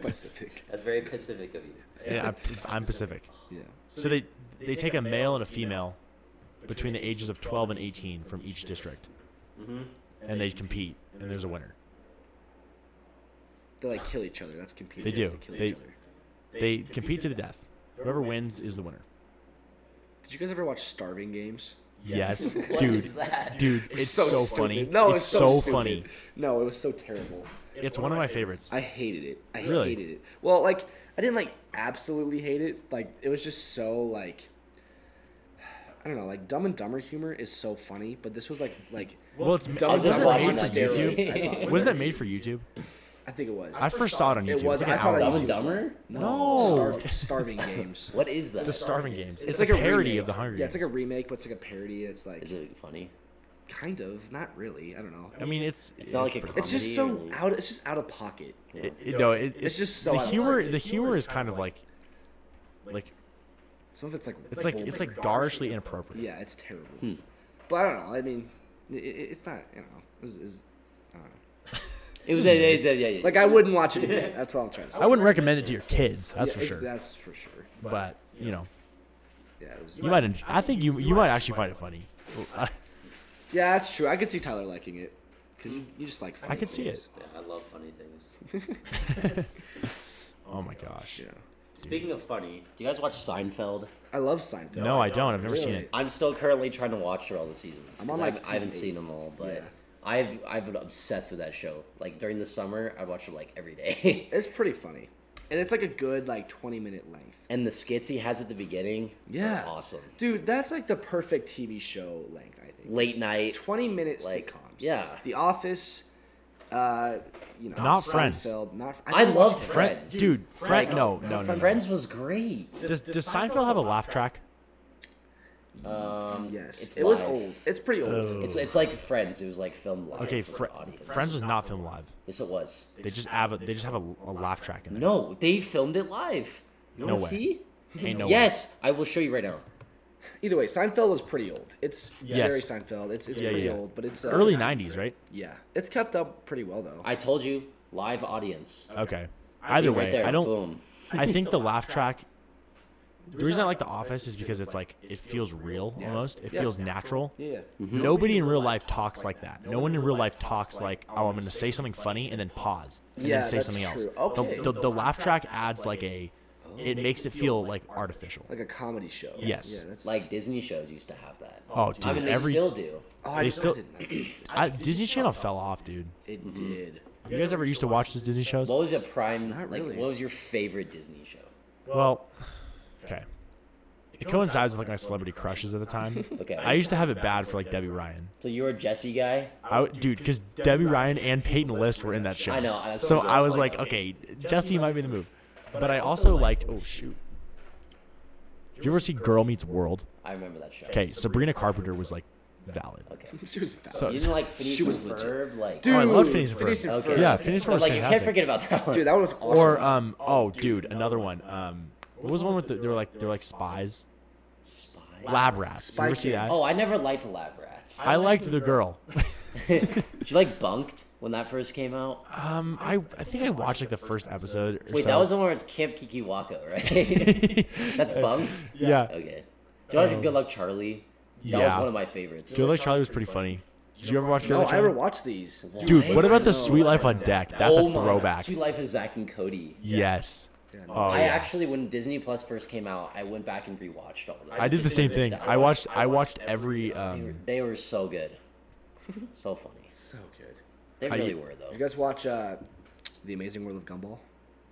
Speaker 5: Pacific.
Speaker 4: That's very Pacific of you.
Speaker 3: yeah, I'm, I'm Pacific.
Speaker 5: Yeah.
Speaker 3: So they they take a male and a female between the ages of 12 and 18 from each district, Mm-hmm. and they compete, and there's a winner.
Speaker 5: They like kill each other. That's competing.
Speaker 3: They do.
Speaker 5: kill
Speaker 3: They-
Speaker 5: each other.
Speaker 3: They compete to the death. Whoever wins is the winner.
Speaker 5: Did you guys ever watch Starving Games?
Speaker 3: Yes,
Speaker 4: What
Speaker 3: dude,
Speaker 4: is that?
Speaker 3: dude, it's so,
Speaker 5: stupid.
Speaker 3: funny.
Speaker 5: No,
Speaker 3: it's, so, funny.
Speaker 5: stupid. No, it was so terrible.
Speaker 3: It's one of my favorites.
Speaker 5: I hated it. I
Speaker 3: Really?
Speaker 5: hated it. Well, like I didn't like absolutely hate it. Like it was just so like I don't know. Like Dumb and Dumber humor is so funny, but this was like like
Speaker 3: Well, it's
Speaker 5: Dumb
Speaker 3: was
Speaker 5: and
Speaker 3: it
Speaker 5: Dumber on
Speaker 3: made for
Speaker 5: steroids.
Speaker 3: YouTube?
Speaker 5: I know, it was
Speaker 3: Wasn't it
Speaker 5: terrible.
Speaker 3: made for YouTube?
Speaker 5: I think it was.
Speaker 3: I first saw it on YouTube.
Speaker 5: it was.
Speaker 3: It's
Speaker 5: I
Speaker 3: like an
Speaker 5: saw
Speaker 3: hour
Speaker 5: it
Speaker 4: Dumb
Speaker 5: on
Speaker 3: long.
Speaker 5: YouTube.
Speaker 4: and Dumber?
Speaker 3: No.
Speaker 5: Star- Starving Games.
Speaker 4: What is that?
Speaker 3: The Starving Games. It's,
Speaker 5: like
Speaker 3: a parody
Speaker 5: remake.
Speaker 3: of the Hunger Games.
Speaker 5: Yeah, it's like a remake, but it's like a parody. It's like
Speaker 4: Is it funny?
Speaker 5: Kind of, not really. I don't know.
Speaker 3: I mean, it's
Speaker 4: It's not like a comedy.
Speaker 5: It's just
Speaker 4: or,
Speaker 5: so
Speaker 4: like-
Speaker 5: out. It's just out of pocket.
Speaker 3: it, it- no, it,
Speaker 5: It's just so
Speaker 3: the
Speaker 5: out of
Speaker 3: humor.
Speaker 5: pocket.
Speaker 3: The humor is kind of like, like
Speaker 5: Some of it's like
Speaker 3: it's like
Speaker 5: vulgar.
Speaker 3: it's like garishly inappropriate.
Speaker 5: yeah, it's terrible.
Speaker 4: Hmm.
Speaker 5: But I don't know. I mean, i i it's not. You know, it's, it's, I don't know.
Speaker 4: it was yeah, yeah, yeah, yeah, yeah.
Speaker 5: Like I wouldn't watch it again. That's all I'm trying to say.
Speaker 3: I wouldn't recommend it to your kids. That's for
Speaker 5: Yeah,
Speaker 3: sure.
Speaker 5: That's for sure.
Speaker 3: But you know,
Speaker 5: Yeah, it was,
Speaker 3: you might. Enjoy, I think you you might actually find it funny. I,
Speaker 5: yeah, that's true. I could see Tyler liking it because you, you just like.
Speaker 3: I
Speaker 5: funny
Speaker 3: could see it.
Speaker 5: things.
Speaker 7: Yeah, I love funny things.
Speaker 3: Oh my gosh.
Speaker 5: Yeah,
Speaker 7: Speaking of funny,
Speaker 4: do you guys watch Seinfeld?
Speaker 5: I love Seinfeld.
Speaker 3: No, I don't. I've never seen
Speaker 5: Really?
Speaker 3: it.
Speaker 4: I'm still currently trying to watch through all the seasons.
Speaker 5: I'm on,
Speaker 4: 'cause I
Speaker 5: like,
Speaker 4: haven't- I haven't
Speaker 5: season
Speaker 4: seen
Speaker 5: eight.
Speaker 4: them all, but
Speaker 5: Yeah.
Speaker 4: I've I've been obsessed with that show. Like during the summer, I watch it like every day.
Speaker 5: It's pretty funny, and it's like a good like 20 minute length.
Speaker 4: and the skits he has at the beginning, are
Speaker 5: Yeah.
Speaker 4: awesome.
Speaker 5: Dude, that's like the perfect TV show length, I think.
Speaker 4: Late night.
Speaker 5: 20 minute
Speaker 4: like,
Speaker 5: sitcoms.
Speaker 4: yeah.
Speaker 5: The Office, uh, you know,
Speaker 3: Not Friends.
Speaker 5: Seinfeld, not
Speaker 4: I
Speaker 5: never
Speaker 4: loved
Speaker 5: watched it.
Speaker 4: Friends.
Speaker 3: Dude, Fred. No, no, no. no.
Speaker 4: Friends was great.
Speaker 3: Does Does Seinfeld have a laugh track?
Speaker 4: Um,
Speaker 5: Yes.
Speaker 4: it's
Speaker 5: it was
Speaker 4: live.
Speaker 5: old. It's pretty old.
Speaker 3: Oh.
Speaker 4: It's, it's like Friends. It was like filmed live.
Speaker 3: Okay,
Speaker 4: for
Speaker 3: Fre-
Speaker 4: an audience.
Speaker 3: Friends was not filmed live.
Speaker 4: Yes, it was.
Speaker 3: They just have a they just have a, a laugh track in there.
Speaker 4: No, they filmed it live. You
Speaker 3: No
Speaker 4: want to
Speaker 3: way.
Speaker 4: see?
Speaker 3: Ain't no way.
Speaker 4: yes, I will show you right now.
Speaker 5: Either way, Seinfeld was pretty old. It's
Speaker 3: Yes.
Speaker 5: very Seinfeld. It's, it's
Speaker 3: Yeah,
Speaker 5: pretty
Speaker 3: yeah.
Speaker 5: old, but it's uh,
Speaker 3: Early '90s, right?
Speaker 5: Yeah. It's kept up pretty well, though.
Speaker 4: I told you, live audience.
Speaker 3: Okay. Either
Speaker 4: right
Speaker 3: way,
Speaker 4: there.
Speaker 3: I don't.
Speaker 4: Boom.
Speaker 3: I think the laugh track. The reason I like The Office is because it's like it feels real almost. It
Speaker 5: Yeah.
Speaker 3: feels natural.
Speaker 5: yeah.
Speaker 3: Nobody in real life talks like that. No one in real life talks like, "Oh, I'm going to say something funny and then pause and
Speaker 5: Yeah,
Speaker 3: then say
Speaker 5: that's
Speaker 3: something else."
Speaker 5: true. Okay.
Speaker 3: The, the, the laugh track adds like a. It Oh, makes it feel like artificial.
Speaker 5: Like a comedy show.
Speaker 3: Yes.
Speaker 5: Yeah, that's
Speaker 4: Like Disney shows used to have that.
Speaker 3: Oh, dude!
Speaker 4: I mean, they
Speaker 3: every
Speaker 4: still do.
Speaker 5: Oh, I
Speaker 3: they
Speaker 5: just
Speaker 3: still-
Speaker 5: didn't like it.
Speaker 3: I, Disney Channel fell off, dude.
Speaker 5: It did.
Speaker 3: You guys ever used to watch those Disney shows?
Speaker 4: What was a prime?
Speaker 5: Not
Speaker 4: like,
Speaker 5: really.
Speaker 4: what was your favorite Disney show?
Speaker 3: Well, okay. It coincides with like my celebrity crushes at the time.
Speaker 4: Okay.
Speaker 3: I used to have it bad for like Debbie Ryan.
Speaker 4: So you were a Jesse guy.
Speaker 3: I, would- dude, because Debbie Ryan and Peyton List were in that show.
Speaker 4: I know, I know.
Speaker 3: So I was like, okay, Jesse might be the move. But I also liked. Oh shoot. You ever see Girl Meets World?
Speaker 4: I remember that show.
Speaker 3: Okay, Sabrina Carpenter was like valid.
Speaker 4: Okay.
Speaker 5: She was fat.
Speaker 3: So Oh,
Speaker 4: You didn't like Phineas
Speaker 5: She was
Speaker 4: and
Speaker 5: legit.
Speaker 4: Ferb, like.
Speaker 5: Dude,
Speaker 3: I love Phineas and Ferb.
Speaker 5: Phineas and
Speaker 4: Okay.
Speaker 5: Ferb.
Speaker 3: yeah, Phineas
Speaker 4: So
Speaker 3: Ferb was
Speaker 4: like, you can't
Speaker 3: fantastic.
Speaker 4: forget about that one.
Speaker 5: Dude, that one was awesome.
Speaker 3: Or um, oh dude, another one. Um, what was the one with the, they were like they were like spies,
Speaker 4: Spy.
Speaker 3: lab rats. You ever see that?
Speaker 4: Oh, I never liked Lab Rats.
Speaker 3: I liked the girl.
Speaker 4: Did you like Bunked when that first came out?
Speaker 3: Um, I I think I watched like the first episode. Or
Speaker 4: Wait,
Speaker 3: so.
Speaker 4: that was the one where it's Camp Kikiwaka, right? That's Bunked.
Speaker 3: yeah.
Speaker 4: Okay. Do you watch Good Luck Charlie? That was
Speaker 3: yeah.
Speaker 4: one of my favorites.
Speaker 3: Good Luck Charlie was pretty funny. Did you ever watch Good
Speaker 5: No,
Speaker 3: Luck
Speaker 5: I ever
Speaker 3: Charlie?
Speaker 5: watched these.
Speaker 3: Dude, what about the
Speaker 5: No.
Speaker 3: Sweet Life on Deck? That's
Speaker 4: Oh
Speaker 3: a
Speaker 4: my-
Speaker 3: throwback.
Speaker 4: Sweet Life is Zach and Cody.
Speaker 3: Yes. Oh,
Speaker 4: I
Speaker 3: yeah.
Speaker 4: actually, when Disney Plus first came out, I went back and rewatched all of them.
Speaker 3: I did the same thing.
Speaker 4: stuff.
Speaker 3: I watched I watched every
Speaker 4: They were,
Speaker 3: um
Speaker 4: they were so good, so funny.
Speaker 5: So good.
Speaker 4: They
Speaker 3: I-
Speaker 4: really were
Speaker 5: You
Speaker 4: though.
Speaker 5: guys watch uh, The Amazing World of Gumball?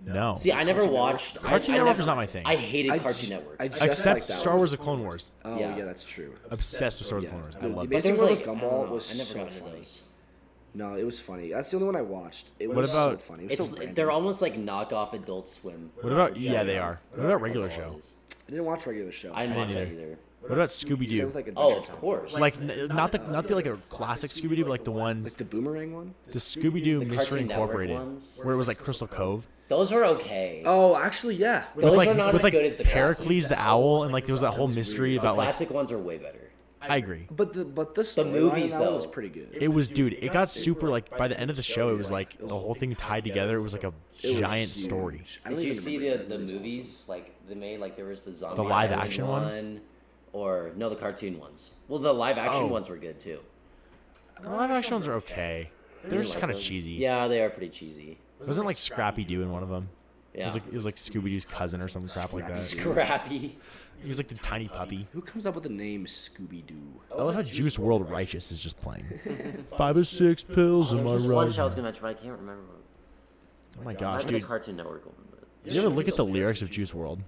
Speaker 3: no.
Speaker 4: See, I never watched. I-
Speaker 3: Cartoon
Speaker 4: I,
Speaker 3: Network
Speaker 4: never-
Speaker 3: is not my thing.
Speaker 4: I hated
Speaker 5: I
Speaker 4: Cartoon
Speaker 5: ju-
Speaker 4: Network.
Speaker 5: I just
Speaker 3: Except
Speaker 5: like that
Speaker 3: Star
Speaker 5: one.
Speaker 3: Wars: The Clone Wars.
Speaker 5: Oh yeah,
Speaker 4: Yeah.
Speaker 5: that's true.
Speaker 3: Obsessed with Star Wars: The
Speaker 5: Yeah.
Speaker 3: Clone Wars. I
Speaker 5: Dude,
Speaker 3: love
Speaker 5: the
Speaker 3: it.
Speaker 4: but there
Speaker 5: Amazing
Speaker 4: was
Speaker 5: World
Speaker 4: like
Speaker 5: of
Speaker 4: I don't
Speaker 5: Gumball
Speaker 4: know,
Speaker 5: was
Speaker 4: I never
Speaker 5: so
Speaker 4: got into
Speaker 5: funny.
Speaker 4: those.
Speaker 5: No, it was funny. That's the only one I watched. It
Speaker 3: What
Speaker 5: was so
Speaker 3: about-
Speaker 5: funny. It was
Speaker 4: It's
Speaker 5: so random.
Speaker 4: they're almost like knockoff Adult Swim.
Speaker 3: What about yeah, they are. What about regular
Speaker 4: That's all
Speaker 3: show?
Speaker 4: it is.
Speaker 5: I didn't watch regular show.
Speaker 4: I didn't
Speaker 3: I
Speaker 4: watch
Speaker 3: didn't
Speaker 4: that either.
Speaker 3: What about Scooby
Speaker 5: Sounds
Speaker 3: Doo?
Speaker 5: like Adventure
Speaker 4: Oh, of
Speaker 5: Time.
Speaker 4: course.
Speaker 3: Like n- not the not the like a classic Scooby Doo, but like the
Speaker 5: Like
Speaker 3: ones
Speaker 5: the boomerang one?
Speaker 3: the Scooby Doo Mystery
Speaker 4: Cartoon Network
Speaker 3: Incorporated,
Speaker 4: ones?
Speaker 3: where it was like Crystal Cove.
Speaker 4: those were okay.
Speaker 5: Oh, actually, yeah.
Speaker 4: Those
Speaker 3: with like,
Speaker 4: are not
Speaker 3: with
Speaker 4: as
Speaker 3: like
Speaker 4: good as the
Speaker 3: Heracles
Speaker 4: classics.
Speaker 3: the owl, and like there was that whole mystery about like
Speaker 4: Classic ones are way better.
Speaker 3: I agree.
Speaker 5: But the but the, storyline
Speaker 4: movies,
Speaker 5: in that one
Speaker 4: though.
Speaker 5: was pretty good.
Speaker 3: It was dude. It got super like by the end of the show, it was like the whole thing tied together. It was like a
Speaker 5: It was
Speaker 3: giant
Speaker 5: huge.
Speaker 3: story.
Speaker 5: I don't
Speaker 4: Did you
Speaker 5: even
Speaker 4: see the
Speaker 5: remember
Speaker 4: the
Speaker 5: it. It was awesome.
Speaker 4: movies? Like they made like there was the zombie
Speaker 3: live
Speaker 4: Island
Speaker 3: action ones?
Speaker 4: one, or no the cartoon ones. Well, the live action
Speaker 3: Oh.
Speaker 4: ones were good too.
Speaker 3: The live action ones are okay. They're just kind of cheesy.
Speaker 4: Yeah, they are pretty cheesy.
Speaker 3: Wasn't like Scrappy Doo in one of them? It
Speaker 4: Yeah,
Speaker 3: was like it was like Scooby Doo's cousin or some crap like that.
Speaker 4: crappy.
Speaker 3: He was like the tiny puppy.
Speaker 5: Who comes up with the name Scooby Doo?
Speaker 3: I love how Juice World Righteous is just playing. Five or six pills in my right.
Speaker 4: gonna mention, but I can't remember.
Speaker 3: Oh my gosh, dude!
Speaker 4: Cartoon Network one.
Speaker 3: Did you ever look at the lyrics of Juice World?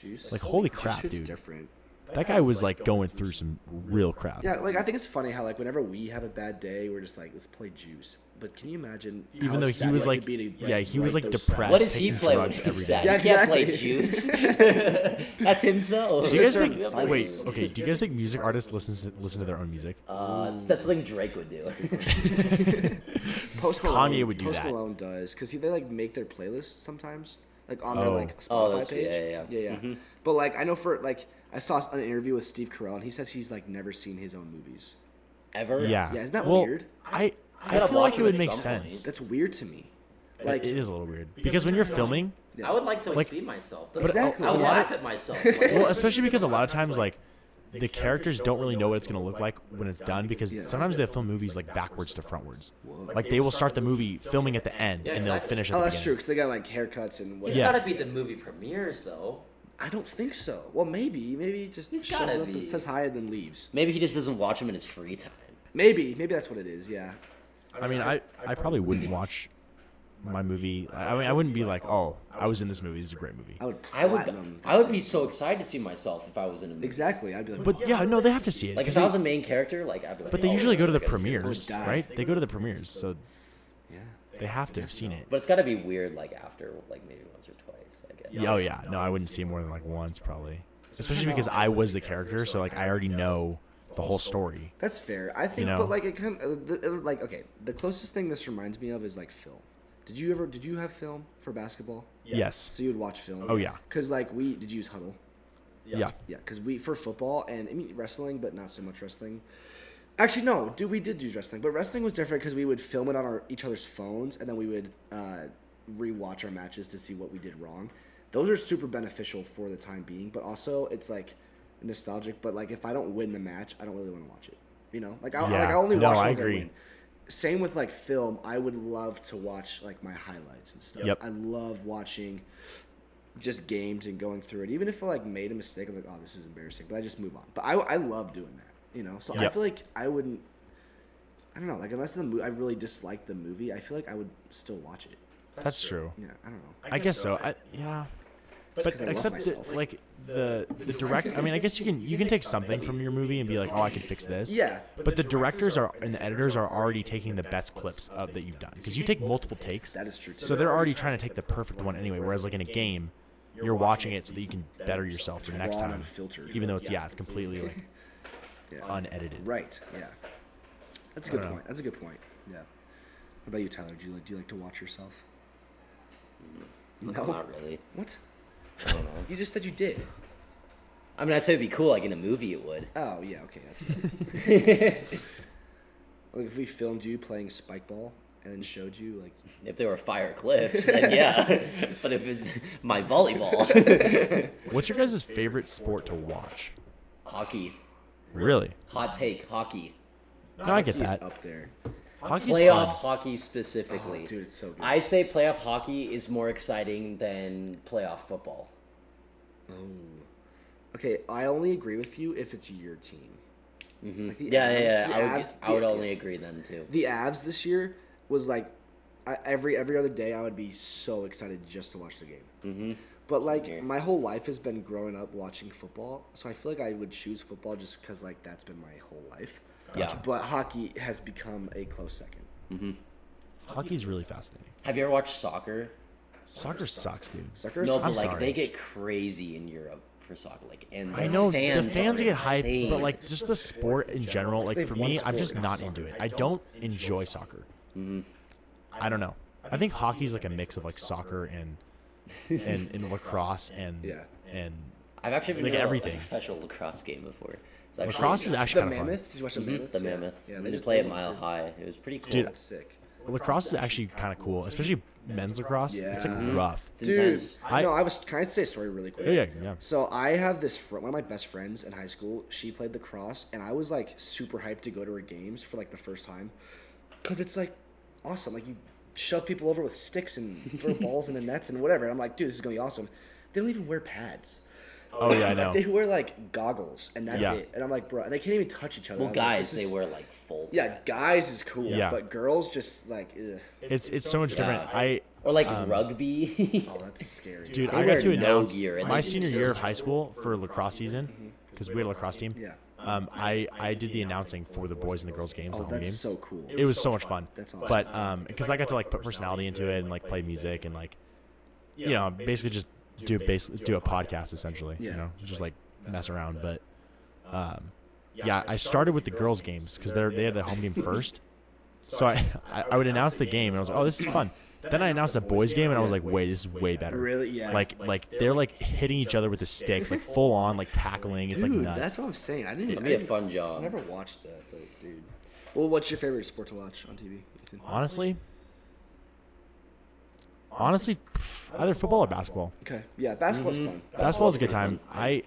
Speaker 5: Juice.
Speaker 3: Like holy
Speaker 5: Juice
Speaker 3: crap,
Speaker 5: hits
Speaker 3: dude!
Speaker 5: different.
Speaker 3: That guy was like going through some real crap.
Speaker 5: Yeah, like I think it's funny how like whenever we have a bad day, we're just like let's play Juice. But can you imagine? how
Speaker 3: Even though he
Speaker 5: sad
Speaker 3: was
Speaker 5: life would
Speaker 3: like,
Speaker 5: be to,
Speaker 3: yeah, he was
Speaker 5: write
Speaker 3: like
Speaker 5: those
Speaker 3: depressed.
Speaker 4: What does he
Speaker 3: taking
Speaker 4: play when
Speaker 3: drugs
Speaker 4: he's
Speaker 3: every
Speaker 4: sad?
Speaker 3: day.
Speaker 5: Yeah,
Speaker 4: he can't play
Speaker 5: exactly.
Speaker 4: juice. That's himself.
Speaker 3: Do you guys
Speaker 5: Just
Speaker 3: think?
Speaker 5: sit there and
Speaker 3: Wait,
Speaker 5: silence.
Speaker 3: okay. Do you guys think music artists listen to, listen to their own music?
Speaker 4: Uh, that's that's something Drake would do.
Speaker 5: songs. Post
Speaker 3: Kanye
Speaker 5: Malone,
Speaker 3: would do
Speaker 5: Post
Speaker 3: that.
Speaker 5: Malone does because they like make their playlists sometimes, like on their
Speaker 3: Oh.
Speaker 5: like Spotify
Speaker 4: Oh, that's- yeah,
Speaker 5: page.
Speaker 4: yeah, Mm-hmm. yeah.
Speaker 5: yeah. But like I know for like I saw an interview with Steve Carell and he says he's like never seen his own movies.
Speaker 4: Ever?
Speaker 3: Yeah.
Speaker 5: Yeah, isn't that
Speaker 3: Well,
Speaker 5: weird?
Speaker 3: I I
Speaker 4: gotta
Speaker 3: feel like
Speaker 4: watch
Speaker 3: it
Speaker 4: them
Speaker 3: would
Speaker 4: at
Speaker 3: make
Speaker 4: some
Speaker 3: sense.
Speaker 5: That's weird to me. Like
Speaker 3: it is a little weird because when you're filming,
Speaker 7: I would like to
Speaker 3: Like- uh,
Speaker 7: see myself. But
Speaker 5: Exactly.
Speaker 7: I would
Speaker 5: A lot
Speaker 7: laugh at myself. Like,
Speaker 3: well, especially because a lot of times like the characters don't really know what it's going to look like when it's done because
Speaker 5: Yeah.
Speaker 3: sometimes they film movies like backwards to frontwards. Like they will start the movie filming at the end and they'll
Speaker 7: exactly.
Speaker 3: finish at
Speaker 5: oh,
Speaker 3: the
Speaker 5: that's
Speaker 3: beginning.
Speaker 5: true because they got like haircuts and what.
Speaker 7: He's
Speaker 3: Yeah.
Speaker 7: gotta be the movie premieres though.
Speaker 5: I don't think so. Well, maybe maybe he just
Speaker 7: He's
Speaker 5: shows
Speaker 7: gotta
Speaker 5: up
Speaker 7: be.
Speaker 5: and says hi and then leaves.
Speaker 4: Maybe he just doesn't watch him in his free time.
Speaker 5: Maybe maybe that's what it is. Yeah.
Speaker 3: I mean, I I probably wouldn't watch my movie. I I mean, I wouldn't be like, "Oh, I was in this movie. This is a great movie."
Speaker 5: I would
Speaker 4: I
Speaker 5: platinum.
Speaker 4: would. I would be so excited to see myself if I was in a movie.
Speaker 5: Exactly. I'd be like,
Speaker 3: But yeah, no, they have to see it.
Speaker 4: Like
Speaker 3: 'cause
Speaker 4: if I
Speaker 3: they-
Speaker 4: was a main character, like I'd be like.
Speaker 3: But they
Speaker 4: oh,
Speaker 3: usually go to the
Speaker 4: okay, so-
Speaker 3: premieres,
Speaker 5: die.
Speaker 3: right? They go to the premieres, so
Speaker 5: yeah.
Speaker 3: they have to have seen it.
Speaker 4: But it's gotta be weird, like after, like maybe once or twice. I guess.
Speaker 3: Yeah, oh yeah, no, I wouldn't see it more than like once probably, especially because I was the character, so like I already know the whole story.
Speaker 5: That's fair. I think,
Speaker 3: know?
Speaker 5: but like it kind of uh, the- uh, like okay. The closest thing this reminds me of is like film. Did you ever did you have film for basketball?
Speaker 3: Yes.
Speaker 5: So you would watch film.
Speaker 3: Oh, yeah.
Speaker 5: Cause like we did you use huddle.
Speaker 3: Yeah.
Speaker 5: Yeah, because we for football and I mean wrestling, but not so much wrestling. Actually, no, dude, we did use wrestling, but wrestling was different because we would film it on our each other's phones, and then we would uh, rewatch our matches to see what we did wrong. Those are super beneficial for the time being, but also it's like nostalgic. But like, if I don't win the match, I don't really want to watch it. You know, like I will
Speaker 3: Yeah.
Speaker 5: like I only
Speaker 3: No,
Speaker 5: watch
Speaker 3: I
Speaker 5: ones
Speaker 3: agree.
Speaker 5: win. Same with like film. I would love to watch like my highlights and stuff.
Speaker 3: Yep.
Speaker 5: I love watching just games and going through it. Even if I like made a mistake, I'm like, oh, this is embarrassing, but I just move on. But I, I love doing that, you know. So I
Speaker 3: Yep.
Speaker 5: feel like I wouldn't. I don't know. Like unless the movie, I really disliked the movie. I feel like I would still watch it.
Speaker 3: That's true.
Speaker 5: Yeah, I don't know.
Speaker 3: I guess so. I, yeah. But
Speaker 5: 'cause I love
Speaker 3: except that,
Speaker 5: myself.
Speaker 3: like the the direct. I mean, I guess you can you can take something from your movie and be like, oh, I can fix this.
Speaker 5: Yeah.
Speaker 3: But the directors are and the editors are already taking the best clips of, that you've done because you take multiple takes.
Speaker 5: That is true, too.
Speaker 3: So they're already trying to take the perfect one anyway. Whereas like in a game, you're watching it so that you can better yourself for next
Speaker 5: raw and
Speaker 3: time.
Speaker 5: unfiltered.
Speaker 3: Even though it's yeah, it's completely like
Speaker 5: Yeah.
Speaker 3: unedited.
Speaker 5: Right. Yeah. That's a good
Speaker 3: dunno.
Speaker 5: point. That's a good point. Yeah. What about you, Tyler? Do you like do you like to watch yourself?
Speaker 4: No, not really.
Speaker 5: What?
Speaker 4: I don't know.
Speaker 5: You just said you did.
Speaker 4: I mean, I'd say it'd be cool, like in a movie, it would.
Speaker 5: Oh yeah. Okay. That's like if we filmed you playing spike ball and then showed you like
Speaker 4: If there were fire cliffs, then yeah. but if it was my volleyball,
Speaker 3: What's your guys' favorite sport to watch?
Speaker 4: hockey,
Speaker 3: Really?
Speaker 4: hot take, hockey,
Speaker 3: No, I get
Speaker 5: he's
Speaker 3: that.
Speaker 5: up there.
Speaker 3: Hockey's
Speaker 4: playoff
Speaker 3: fun.
Speaker 4: hockey specifically.
Speaker 5: Oh, dude, it's so good.
Speaker 4: I say playoff hockey is more exciting than playoff football.
Speaker 5: Okay, I only agree with you if it's your team. Like the
Speaker 4: Mm-hmm. Yeah, yeah,
Speaker 5: Avs-
Speaker 4: yeah.
Speaker 5: the
Speaker 4: I would,
Speaker 5: Avs-
Speaker 4: I would
Speaker 5: the-
Speaker 4: only agree then too.
Speaker 5: The Avs this year was like I, every every other day I would be so excited just to watch the game. Mm-hmm. But like
Speaker 4: here.
Speaker 5: my whole life has been growing up watching football, so I feel like I would choose football just because like that's been my whole life.
Speaker 4: Yeah.
Speaker 5: But hockey has become a close second.
Speaker 3: Hockey's really fascinating.
Speaker 4: Have you ever watched soccer?
Speaker 3: Soccer sucks, dude.
Speaker 5: Sucker.
Speaker 4: No,
Speaker 3: I'm
Speaker 4: but like
Speaker 3: sorry.
Speaker 4: they get crazy in Europe for soccer, like and
Speaker 3: I know the
Speaker 4: fans
Speaker 3: fans
Speaker 4: are
Speaker 3: get hyped, but
Speaker 4: insane.
Speaker 3: like just the sport in general. Like
Speaker 5: they've
Speaker 3: for
Speaker 5: won
Speaker 3: me, I'm
Speaker 5: sport
Speaker 3: just
Speaker 5: now,
Speaker 3: not
Speaker 5: so-
Speaker 3: into it. I don't enjoy soccer. I don't know. I think hockey's like a mix of like soccer and and, and lacrosse and
Speaker 5: Yeah.
Speaker 3: and
Speaker 4: I've actually been
Speaker 3: like
Speaker 4: to a-
Speaker 3: everything.
Speaker 4: a professional lacrosse game before. It's actually
Speaker 3: lacrosse is actually
Speaker 5: The
Speaker 3: kind of fun.
Speaker 5: mammoth. Did you watch the mammoth?
Speaker 4: the mammoth.
Speaker 5: Yeah,
Speaker 4: they
Speaker 5: just
Speaker 4: play at
Speaker 5: played one,
Speaker 4: Mile
Speaker 5: too.
Speaker 4: High. It was pretty cool.
Speaker 3: Dude,
Speaker 5: That's sick.
Speaker 3: Lacrosse is actually kind of cool, especially men's lacrosse. It's like
Speaker 5: Yeah.
Speaker 3: rough.
Speaker 4: it's intense.
Speaker 5: I
Speaker 3: I-
Speaker 5: no, I was. Can I say a story really quick?
Speaker 3: Yeah, yeah, yeah.
Speaker 5: So I have this fr- one of my best friends in high school. She played the cross, and I was like super hyped to go to her games for like the first time, because it's like awesome. Like you shove people over with sticks and throw balls in the nets and whatever. And I'm like, dude, this is gonna be awesome. They don't even wear pads.
Speaker 3: Oh yeah, I know.
Speaker 5: They wear like goggles, and that's
Speaker 3: Yeah.
Speaker 5: it. And I'm like, bro, and they can't even touch each other.
Speaker 4: Well,
Speaker 5: I was like,
Speaker 4: guys,
Speaker 5: this
Speaker 4: they
Speaker 5: is-
Speaker 4: wear like full.
Speaker 5: Yeah, guys is cool,
Speaker 3: Yeah.
Speaker 5: but girls just like, ugh.
Speaker 3: It's it's so much different. I
Speaker 4: or like
Speaker 3: Um,
Speaker 4: rugby.
Speaker 5: oh, that's scary. Oh,
Speaker 3: dude,
Speaker 4: They
Speaker 3: I
Speaker 4: wear
Speaker 3: got to
Speaker 4: no
Speaker 3: announce
Speaker 4: gear and
Speaker 3: my
Speaker 4: they-
Speaker 3: senior year of high school for lacrosse season because we had a lacrosse team.
Speaker 5: Yeah.
Speaker 3: Um, I I did the announcing for the boys and the girls games,
Speaker 5: Oh,
Speaker 3: the home
Speaker 5: that's
Speaker 3: games.
Speaker 5: so cool.
Speaker 3: It was so much fun.
Speaker 5: That's awesome.
Speaker 3: But um, because I got to like put personality into it and like play music and like, you know, basically just do a base do a podcast essentially. You
Speaker 5: Yeah.
Speaker 3: know, just like mess around. But um, yeah, I started with the girls games because they're they had the home game first. So I, I I would announce the game and I was like, oh, this is fun. Then I announced the boys game and I was like, wait, this is way better.
Speaker 5: Really? Yeah.
Speaker 3: Like like they're like hitting each other with the sticks, like full on, like tackling. It's
Speaker 5: dude,
Speaker 3: like nuts.
Speaker 5: that's what I'm saying. I didn't.
Speaker 4: It'd
Speaker 5: I
Speaker 4: be a
Speaker 5: didn't-
Speaker 4: fun
Speaker 5: I
Speaker 4: job.
Speaker 5: never watched that, but dude. Well, what's your favorite sport to watch on TV? Ethan?
Speaker 3: Honestly, honestly, pff, either football or basketball.
Speaker 5: Okay. Yeah, basketball's fun.
Speaker 3: Basketball is a good time. I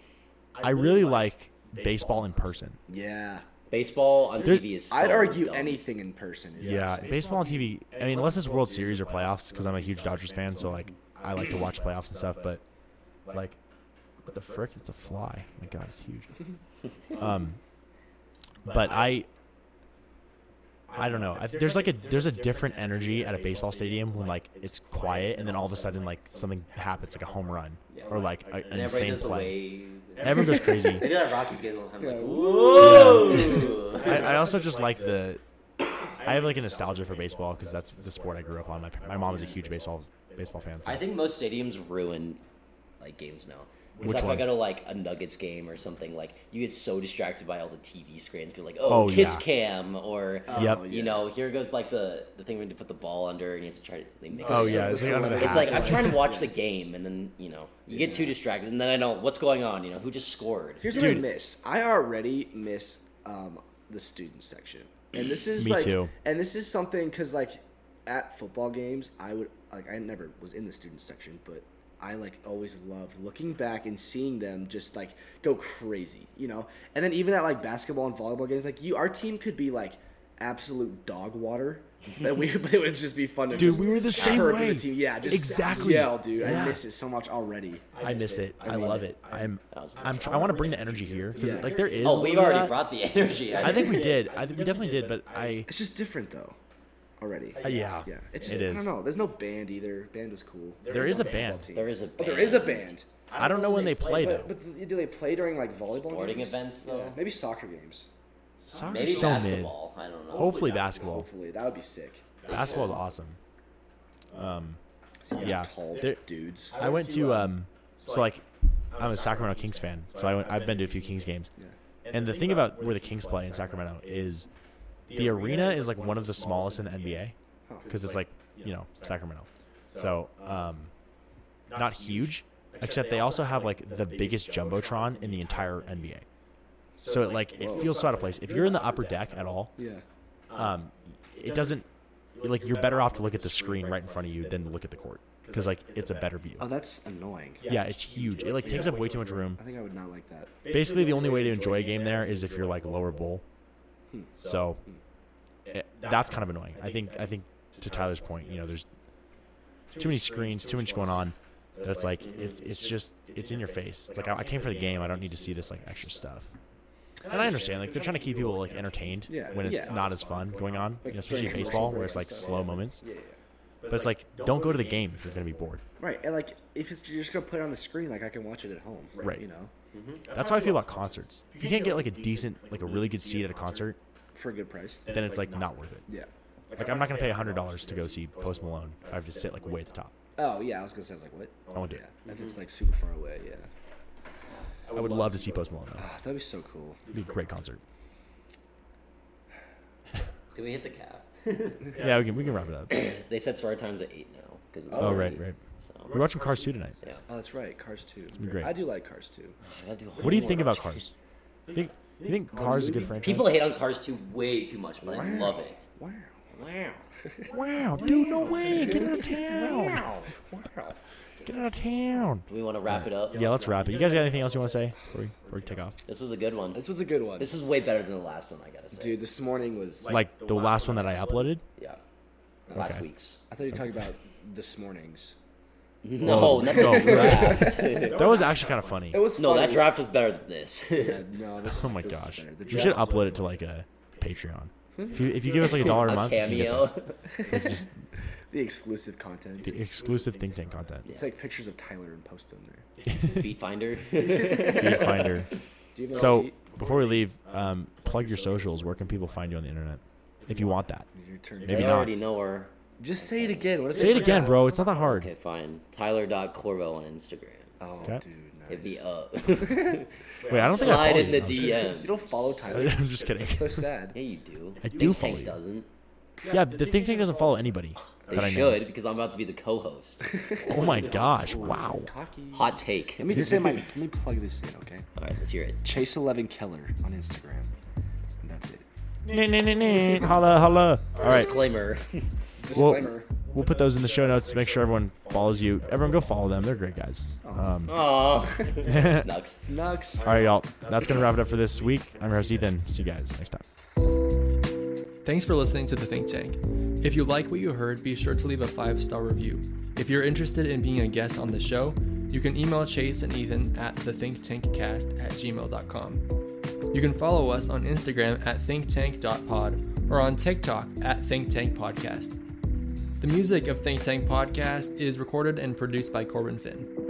Speaker 3: I really like baseball in person.
Speaker 5: Yeah.
Speaker 4: Baseball on
Speaker 3: There-
Speaker 4: TV is. So
Speaker 5: I'd argue
Speaker 4: dumb.
Speaker 5: anything in person. Is
Speaker 3: Yeah, baseball on TV. I mean, unless it's World Series or playoffs, because I'm a huge Dodgers fan, so like I like to watch playoffs and stuff. But like, what the frick? It's a fly. My God, it's huge. Um, but I. I don't know. I, there's like a there's a different energy at a baseball stadium when like it's quiet and then all of a sudden like something happens like a home run or like a, an
Speaker 7: And everybody
Speaker 3: insane
Speaker 7: does the
Speaker 3: play.
Speaker 7: wave.
Speaker 3: Everyone goes crazy.
Speaker 7: They do that Rockies game all the time. Like,
Speaker 5: Yeah.
Speaker 7: whoa!
Speaker 3: I, I also just like the. I have like a nostalgia for baseball because that's the sport I grew up on. My, my mom is a huge baseball baseball fan. So.
Speaker 4: I think most stadiums ruin like games now. Because
Speaker 3: Which
Speaker 4: if I
Speaker 3: ones?
Speaker 4: go to like a Nuggets game or something, like you get so distracted by all the TV screens, 'cause, like
Speaker 3: Oh,
Speaker 4: oh, kiss
Speaker 3: yeah.
Speaker 4: cam or
Speaker 3: Yep.
Speaker 4: you know here goes like the the thing where you put the ball under and you have to try to like, make.
Speaker 3: Oh
Speaker 4: it-
Speaker 3: yeah, it's like under the
Speaker 4: It's
Speaker 3: hat.
Speaker 4: like I'm trying to watch the game and then you know you get too distracted and then I know what's going on. You know who just scored.
Speaker 5: Here's what I miss. I already miss um, the student section, and this is
Speaker 3: Me
Speaker 5: like,
Speaker 3: too.
Speaker 5: and this is something because like at football games, I would like I never was in the student section, but I like always loved looking back and seeing them just like go crazy, you know. And then even at like basketball and volleyball games, like you, our team could be like absolute dog water. and we, but it would just be fun to
Speaker 3: Dude,
Speaker 5: just
Speaker 3: we were the same
Speaker 5: chirp at
Speaker 3: way.
Speaker 5: team. Yeah, just
Speaker 3: Exactly.
Speaker 5: yell, dude.
Speaker 3: Yeah.
Speaker 5: I miss it so much already.
Speaker 3: I miss it. I love it. I'm.
Speaker 4: was
Speaker 3: I'm. Tr- I want to bring the energy here because
Speaker 5: Yeah.
Speaker 3: like there is. a
Speaker 4: Oh,
Speaker 3: little
Speaker 4: we've
Speaker 3: bit of
Speaker 4: already
Speaker 3: that.
Speaker 4: brought the energy.
Speaker 3: I think we did. I think we definitely did. But I.
Speaker 5: It's just different though, already.
Speaker 3: uh, yeah.
Speaker 5: Yeah, it's just,
Speaker 3: It
Speaker 5: I
Speaker 3: is.
Speaker 5: don't know. There's no band either. Band is cool.
Speaker 3: There is a band. Oh,
Speaker 4: there is a.
Speaker 5: But Oh, there is a band.
Speaker 3: I don't know when they play though.
Speaker 5: But, but do they play during like volleyball
Speaker 4: Sporting
Speaker 5: games?
Speaker 4: events though.
Speaker 5: Yeah, maybe soccer games.
Speaker 3: Soccer's
Speaker 7: Maybe
Speaker 3: so mid.
Speaker 7: basketball. I don't know.
Speaker 3: Hopefully basketball.
Speaker 5: Hopefully, that would be sick.
Speaker 3: Basketball is awesome. Um.
Speaker 5: See these
Speaker 3: Yeah.
Speaker 5: tall
Speaker 3: There-
Speaker 5: dudes.
Speaker 3: I went to um, so like, I'm a Sacramento Kings fan, so I went, I've been to a few Kings games. And the thing about where the Kings play in Sacramento is, the arena is like one of the smallest in the NBA, because it's like you know Sacramento, so um, not huge. Except they also have like the biggest jumbotron in the entire NBA, so it like it feels so out of place. If you're in the upper deck at all,
Speaker 5: Yeah.
Speaker 3: um, it doesn't like you're better off to look at the screen right in front of you than to look at the court because like it's a better view.
Speaker 5: Oh, that's annoying.
Speaker 3: Yeah, it's huge. It like takes up way too much room.
Speaker 5: I think I would not like that.
Speaker 3: Basically, the only way to enjoy a game there is if you're like lower bowl. So it, that's kind of annoying. I think I think to Tyler's point, you know, there's too many screens, too much going on. That it's like it's it's just it's in your face. It's like I, I came for the game. I don't need to see this like extra stuff. And I understand like they're trying to keep people like entertained
Speaker 5: Yeah,
Speaker 3: when it's
Speaker 5: yeah.
Speaker 3: not as fun going on, you
Speaker 5: Like,
Speaker 3: know, especially
Speaker 5: during
Speaker 3: baseball
Speaker 5: commercial
Speaker 3: where it's like
Speaker 5: breaks and stuff.
Speaker 3: slow moments.
Speaker 5: Yeah, yeah.
Speaker 3: But it's like don't go to the game if you're gonna be bored.
Speaker 5: Right, and like if it's, you're just gonna put it on the screen, like I can watch it at home.
Speaker 3: Right.
Speaker 5: You know,
Speaker 3: That's how I feel about concerts. If you can't get like a decent, like a really good seat at a concert,
Speaker 5: for a good price.
Speaker 3: then it's like not worth it.
Speaker 5: Yeah.
Speaker 3: Like I'm not gonna pay hundred dollars to go see Post Malone if I have to sit like way at the top.
Speaker 5: Oh yeah, I was gonna say I was like what?
Speaker 3: I won't do
Speaker 5: Yeah.
Speaker 3: it.
Speaker 5: If it's like super far away, yeah.
Speaker 3: I would love to see Post Malone though.
Speaker 5: Ah, that'd be so cool.
Speaker 3: It'd be a great concert.
Speaker 7: Did we hit the cap?
Speaker 3: Yeah, we can we can wrap it up.
Speaker 4: They said start times at eight now because of the
Speaker 3: Oh
Speaker 4: movie,
Speaker 3: right, right.
Speaker 4: So
Speaker 3: We're watching Cars two tonight.
Speaker 4: yeah,
Speaker 5: Oh, that's right. Cars 2. It's
Speaker 3: been great.
Speaker 5: I do like Cars 2.
Speaker 4: I gotta do
Speaker 3: What do you
Speaker 4: homework.
Speaker 3: think about Cars? Think you think Cars is a good franchise?
Speaker 4: People
Speaker 7: People hate on Cars 2 way too much, but I love it.
Speaker 5: Wow.
Speaker 7: Wow.
Speaker 3: wow, dude, no way! Get out of town!
Speaker 5: Wow.
Speaker 3: Get out of town!
Speaker 4: Do we want to wrap it up?
Speaker 3: Yeah, let's wrap it. You guys got anything else you want to say before we, before we take off?
Speaker 4: This was a good one.
Speaker 5: This was a good one.
Speaker 4: This was way better than the last one, I gotta say.
Speaker 5: Dude, this morning was.
Speaker 3: Like the last one that I uploaded?
Speaker 4: Yeah. Last
Speaker 3: Okay.
Speaker 4: week's.
Speaker 5: I thought you were talking about this morning's.
Speaker 3: Whoa.
Speaker 4: Oh, No, not the
Speaker 3: Whoa.
Speaker 4: draft.
Speaker 3: Oh, That was actually kind of funny.
Speaker 5: It was
Speaker 4: no, that
Speaker 5: funny.
Speaker 4: draft was better than this.
Speaker 5: Yeah, no, this,
Speaker 3: Oh my
Speaker 5: this is
Speaker 3: gosh.
Speaker 5: better. The
Speaker 3: We should
Speaker 5: draft-
Speaker 3: upload it to like a Patreon. If you, if you give us like a dollar a
Speaker 4: A
Speaker 3: month, you can get
Speaker 4: cameo.
Speaker 3: this. It's like just
Speaker 5: the exclusive content.
Speaker 3: the exclusive think tank content.
Speaker 5: Take pictures of Tyler and post them there.
Speaker 4: Feet Finder.
Speaker 3: Feed Finder.
Speaker 5: Do Do you have
Speaker 3: So
Speaker 5: any-
Speaker 3: before we leave, um, plug your socials. Where can people find you on the internet if you want that?
Speaker 5: your turn.
Speaker 3: Maybe
Speaker 4: they
Speaker 3: not.
Speaker 4: already know her.
Speaker 5: Just say it again. What is
Speaker 3: Say it again, bro. It's not that hard.
Speaker 4: Okay, fine. Tyler.corbo on Instagram.
Speaker 5: Oh,
Speaker 3: Okay.
Speaker 5: dude, nice.
Speaker 4: Hit me up.
Speaker 3: Wait, I don't think I
Speaker 4: Slide
Speaker 3: follow
Speaker 4: in the
Speaker 3: you.
Speaker 4: DM.
Speaker 5: You don't follow Tyler.
Speaker 3: I'm just kidding.
Speaker 5: It's so sad.
Speaker 4: Yeah, you do.
Speaker 3: I do
Speaker 4: Think
Speaker 3: follow
Speaker 4: Tank
Speaker 3: you.
Speaker 4: doesn't.
Speaker 3: Yeah, the Think Tank doesn't follow anybody.
Speaker 4: They
Speaker 3: that I know.
Speaker 4: should because I'm about to be the co-host.
Speaker 3: Oh my gosh! Wow.
Speaker 5: Cocky.
Speaker 4: Hot take.
Speaker 5: Let me just say my. Let me plug this in, okay?
Speaker 4: All right, let's hear it.
Speaker 5: Chase Eleven Keller on Instagram. And that's it.
Speaker 3: Nah, nah, nah, nah. Holla, holla. All right.
Speaker 4: Disclaimer.
Speaker 5: Disclaimer.
Speaker 3: We'll put those in the show notes to make sure everyone follows you. Everyone go follow them. They're great guys. Um, all
Speaker 4: Aw. Nux.
Speaker 5: Nux.
Speaker 3: right, y'all. That's going to wrap it up for this week. I'm your host, Ethan. See you guys next time.
Speaker 2: Thanks for listening to The Think Tank. If you like what you heard, be sure to leave a five star review. If you're interested in being a guest on the show, you can email Chase and Ethan at thethinktankcast at gmail.com. You can follow us on Instagram at thinktank.pod or on TikTok at thinktankpodcast. The music of Think Tank Podcast is recorded and produced by Corbin Finn.